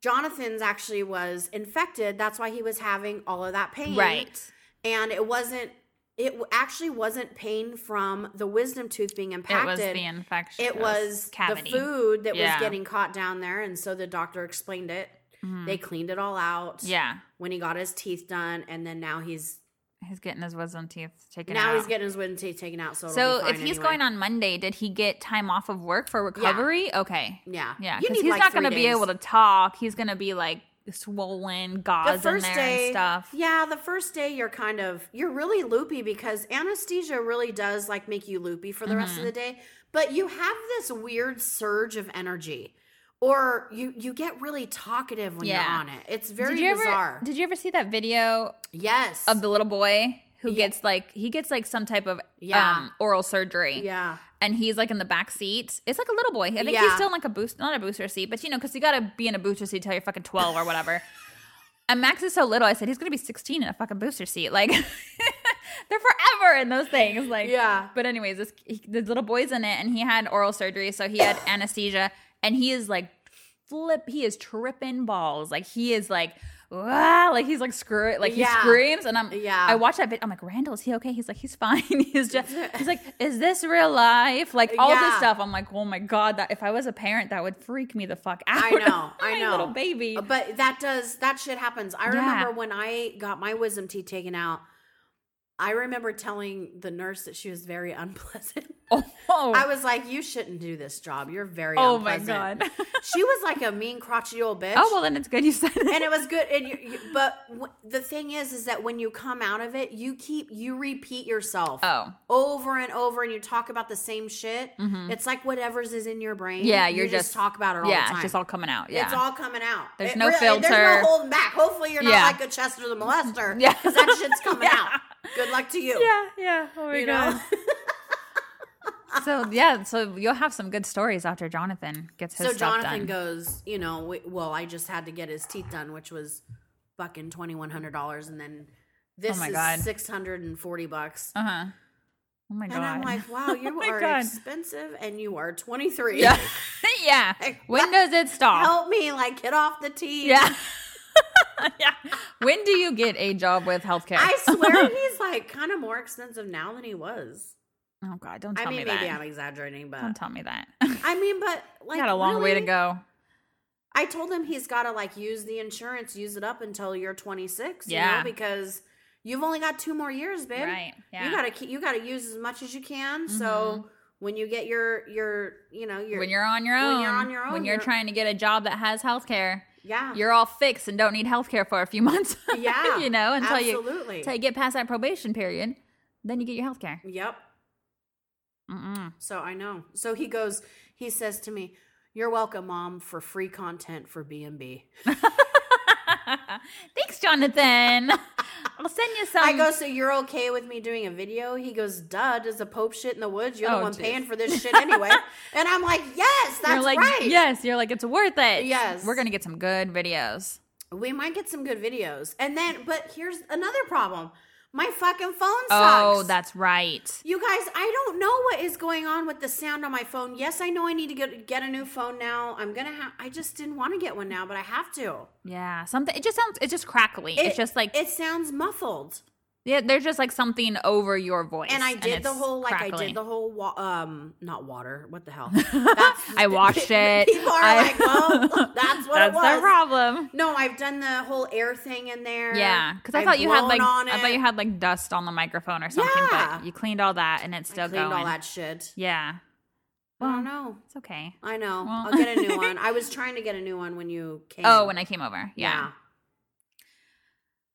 Jonathan's actually was infected. That's why he was having all of that pain.
Right.
And it wasn't. It w- actually wasn't pain from the wisdom tooth being
It was
impacted.
the infection.
It was
cavity.
the food that
Yeah.
was getting caught down there, and so the doctor explained it.
Mm-hmm.
They cleaned it all out.
Yeah.
When he got his teeth done, and then now he's
He's getting his wisdom teeth taken
now
out.
he's getting his wisdom teeth taken out. So it'll
so
be
if
fine
he's
anyway.
going on Monday, did he get time off of work for recovery? Okay.
yeah,
Yeah.
You
Because
need,
he's
like,
not going to
three
be
days.
able to talk. He's going to be like swollen, gauze in there and stuff.
Yeah, the first day you're kind of you're really loopy because anesthesia really does like make you loopy for the rest of the
Mm-hmm.
day, but you have this weird surge of energy or you you get really talkative when you're
Yeah.
on it. It's very
did you
bizarre.
ever? Did you ever see that video
yes.
of the little boy who gets like he gets like some type of
Yeah.
um, oral surgery.
yeah.
and he's like in the back seat. It's like a little boy. I think
Yeah.
he's still in like a boost, not a booster seat, but you know, because you gotta be in a booster seat till you're fucking twelve or whatever. And Max is so little. I said he's gonna be 16 in a fucking booster seat. Like they're forever in those things. Like
Yeah.
But anyways, this he, the little boy's in it, and he had oral surgery, so he had anesthesia, and he is like flip. He is tripping balls. Like he is like. Wow, like he's like screw it, like he
Yeah.
screams, and I'm
Yeah.
I watch that bit. I'm like, Randall, is he okay? He's like, he's fine. He's just, he's like, is this real life? Like all this
Yeah.
stuff. I'm like, oh my god, that if I was a parent, that would freak me the fuck out.
I know, I
My
know, Uh,
little baby.
But that does that shit happens. I remember when I got my wisdom teeth taken out. I remember telling the nurse that she was very unpleasant.
Oh,
I was like, "You shouldn't do this job. You're very
oh my
unpleasant."
god.
She was like a mean, crotchety old bitch.
oh well, then it's good you said it.
and it was good. And you, you, but w- the thing is, is that when you come out of it, you keep you repeat yourself
Oh.
over and over, and you talk about the same shit. It's like whatever's is in your brain.
Mm-hmm. Yeah,
you
you're
just,
just-
talk about it all
yeah,
the time.
it's just all coming out. Yeah.
It's all coming out.
There's no
There's
filter.
no holding back. Hopefully, you're not
Yeah.
like a Chester the molester.
Yeah.
because that shit's coming
Yeah.
out. Good luck to you.
yeah, yeah. Oh my
you know.
god. so yeah, so you'll have some good stories after Jonathan gets his
so
stuff
Jonathan
done.
goes. You know, we, well, I just had to get his teeth done, which was fucking twenty one hundred dollars, and then this
my God.
is six hundred and forty bucks.
uh huh. Oh my god.
And I'm like, wow, you
my
are
God.
expensive and you are 23.
yeah, yeah.
Like,
When does it stop?
Help me, like, get off the team.
Yeah. yeah. When do you get a job with healthcare?
I swear he's like kind of more expensive now than he was.
oh God, don't
I
tell
mean,
me
maybe I'm
that.
exaggerating, but
Don't tell me that.
I mean, but like,
Got a long way to
really?
go.
I told him he's got to like use the insurance, use it up until you're 26.
Yeah.
You know, because you've only got two more years, babe.
Right. Yeah. Mm-hmm.
You gotta keep, you gotta use as much as you can. So when you get your your you know your
when you're on your own,
when you're on your
when
own,
you're,
you're-
trying to get a job that has healthcare,
yeah
you're all fixed and don't need healthcare for a few months.
yeah
you know, until you
absolutely
until you get past that probation period, then you get your healthcare.
yep
Mm-mm.
So I know. So he goes, he says to me, You're welcome, mom, for free content for B and B.
Thanks, Jonathan. I'll send you some.
I go, So you're okay with me doing a video? He goes, Duh, does the Pope shit in the woods? You're
Oh,
the one
geez.
paying for this shit anyway. and I'm like, Yes, that's
you're like,
right.
yes, you're like, it's worth it.
Yes.
We're going to get some good videos.
We might get some good videos. And then but here's another problem. My fucking phone sucks.
Oh, that's right.
You guys, I don't know what is going on with the sound on my phone. Yes, I know I need to get get a new phone now. I'm gonna have. I just didn't want to get one now, but I have to.
Yeah, something. It just sounds. It's just crackly. it's
It-
just like
it sounds muffled.
yeah. There's just like something over your voice.
and I did the
it's
whole like I
crackly.
did the whole wa- um not water what the hell that's,
I washed it.
people are
I-
like well that's what
That's
it was
the problem.
no I've done the whole air thing in there
Yeah, because I
I've
thought you had
blown
like
on
I thought
it.
you had like dust on the microphone or something,
Yeah.
but you cleaned all that and it's
I
still
cleaned
going.
all that shit
Yeah,
I
Well,
don't know
it's okay.
I know
Well-
I'll get a new one I was trying to get a new one when you came
Oh, when I came over, yeah.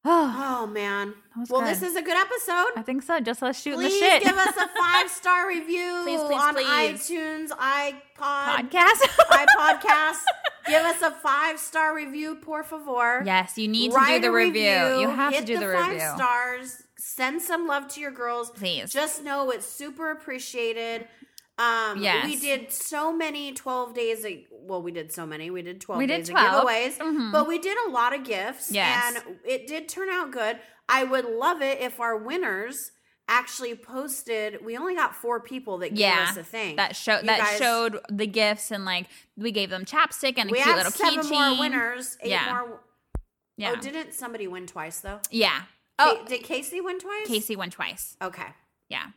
Oh,
oh man
was
well
good.
this is a good episode
I think so. Just let's shoot
please
the shit.
give us a five star review
Please, please,
on
please.
iTunes iPod
podcast.
iPodcast. Give us a five star review, por favor.
yes, you need to
Write
do the
a
review. You have to
hit
do the,
five
review.
stars. Send some love to your girls.
Please.
Just know it's super appreciated. Um,
Yes.
We did so many 12 days. Of, well, we did so many. We did 12
We did
days
12.
of giveaways.
Mhm.
But we did a lot of gifts.
Yes.
And it did turn out good. I would love it if our winners actually posted. We only got four people that gave
Yeah,
us a thing.
that show
You
that
guys-
showed the gifts and like we gave them chapstick and a
we
cute
have
little
seven
keychain.
more winners. Eight
Yeah.
more.
Yeah.
Oh, didn't somebody win twice though?
yeah. Oh,
Ca- did Casey win twice?
Casey won twice.
Okay.
Yeah.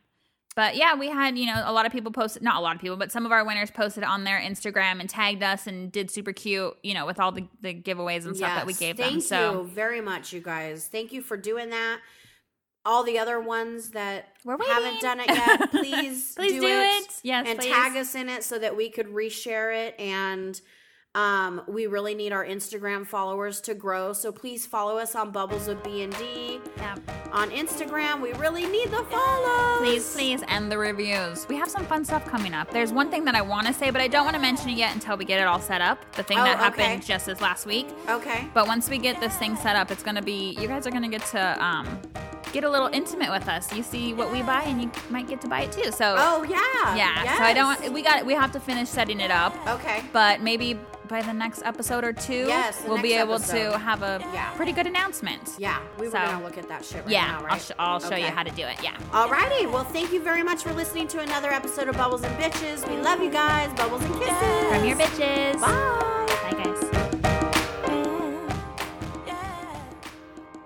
But yeah, we had, you know, a lot of people posted, not a lot of people, but some of our winners posted on their Instagram and tagged us and did super cute, you know, with all the, the giveaways and stuff that we
Yes.
gave
Thank
them. So
you very much, you guys. Thank you for doing that. All the other ones that
We're waiting.
haven't done it yet, please,
Please do it. Yes,
and
please.
tag us in it so that we could reshare it. And um, we really need our Instagram followers to grow. So please follow us on Bubbles of B and D
yeah.
on Instagram. We really need the follows.
please, please end the reviews. We have some fun stuff coming up. There's one thing that I want to say, but I don't want to mention it yet until we get it all set up. The thing
Oh,
that happened
okay.
just this last week.
Okay.
But once we get this thing set up, it's gonna be you guys are gonna get to um, get a little intimate with us. You see what we buy, and you might get to buy it too. So
Oh yeah.
yeah, so I
Yes. Oh.
don't. We got. We have to finish setting it up,
Okay.
but maybe by the next episode or two,
Yes, the
we'll be
next
able to
episode.
have a
Yeah.
pretty good announcement.
Yeah, we were
So-
gonna look at that shit right
Yeah,
now, right?
I'll, sh- I'll show you
Okay.
how to do it. Yeah.
Alrighty, well, thank you very much for listening to another episode of Bubbles and Bitches. We love you guys. Bubbles and kisses.
From your bitches.
Bye.
Bye, guys.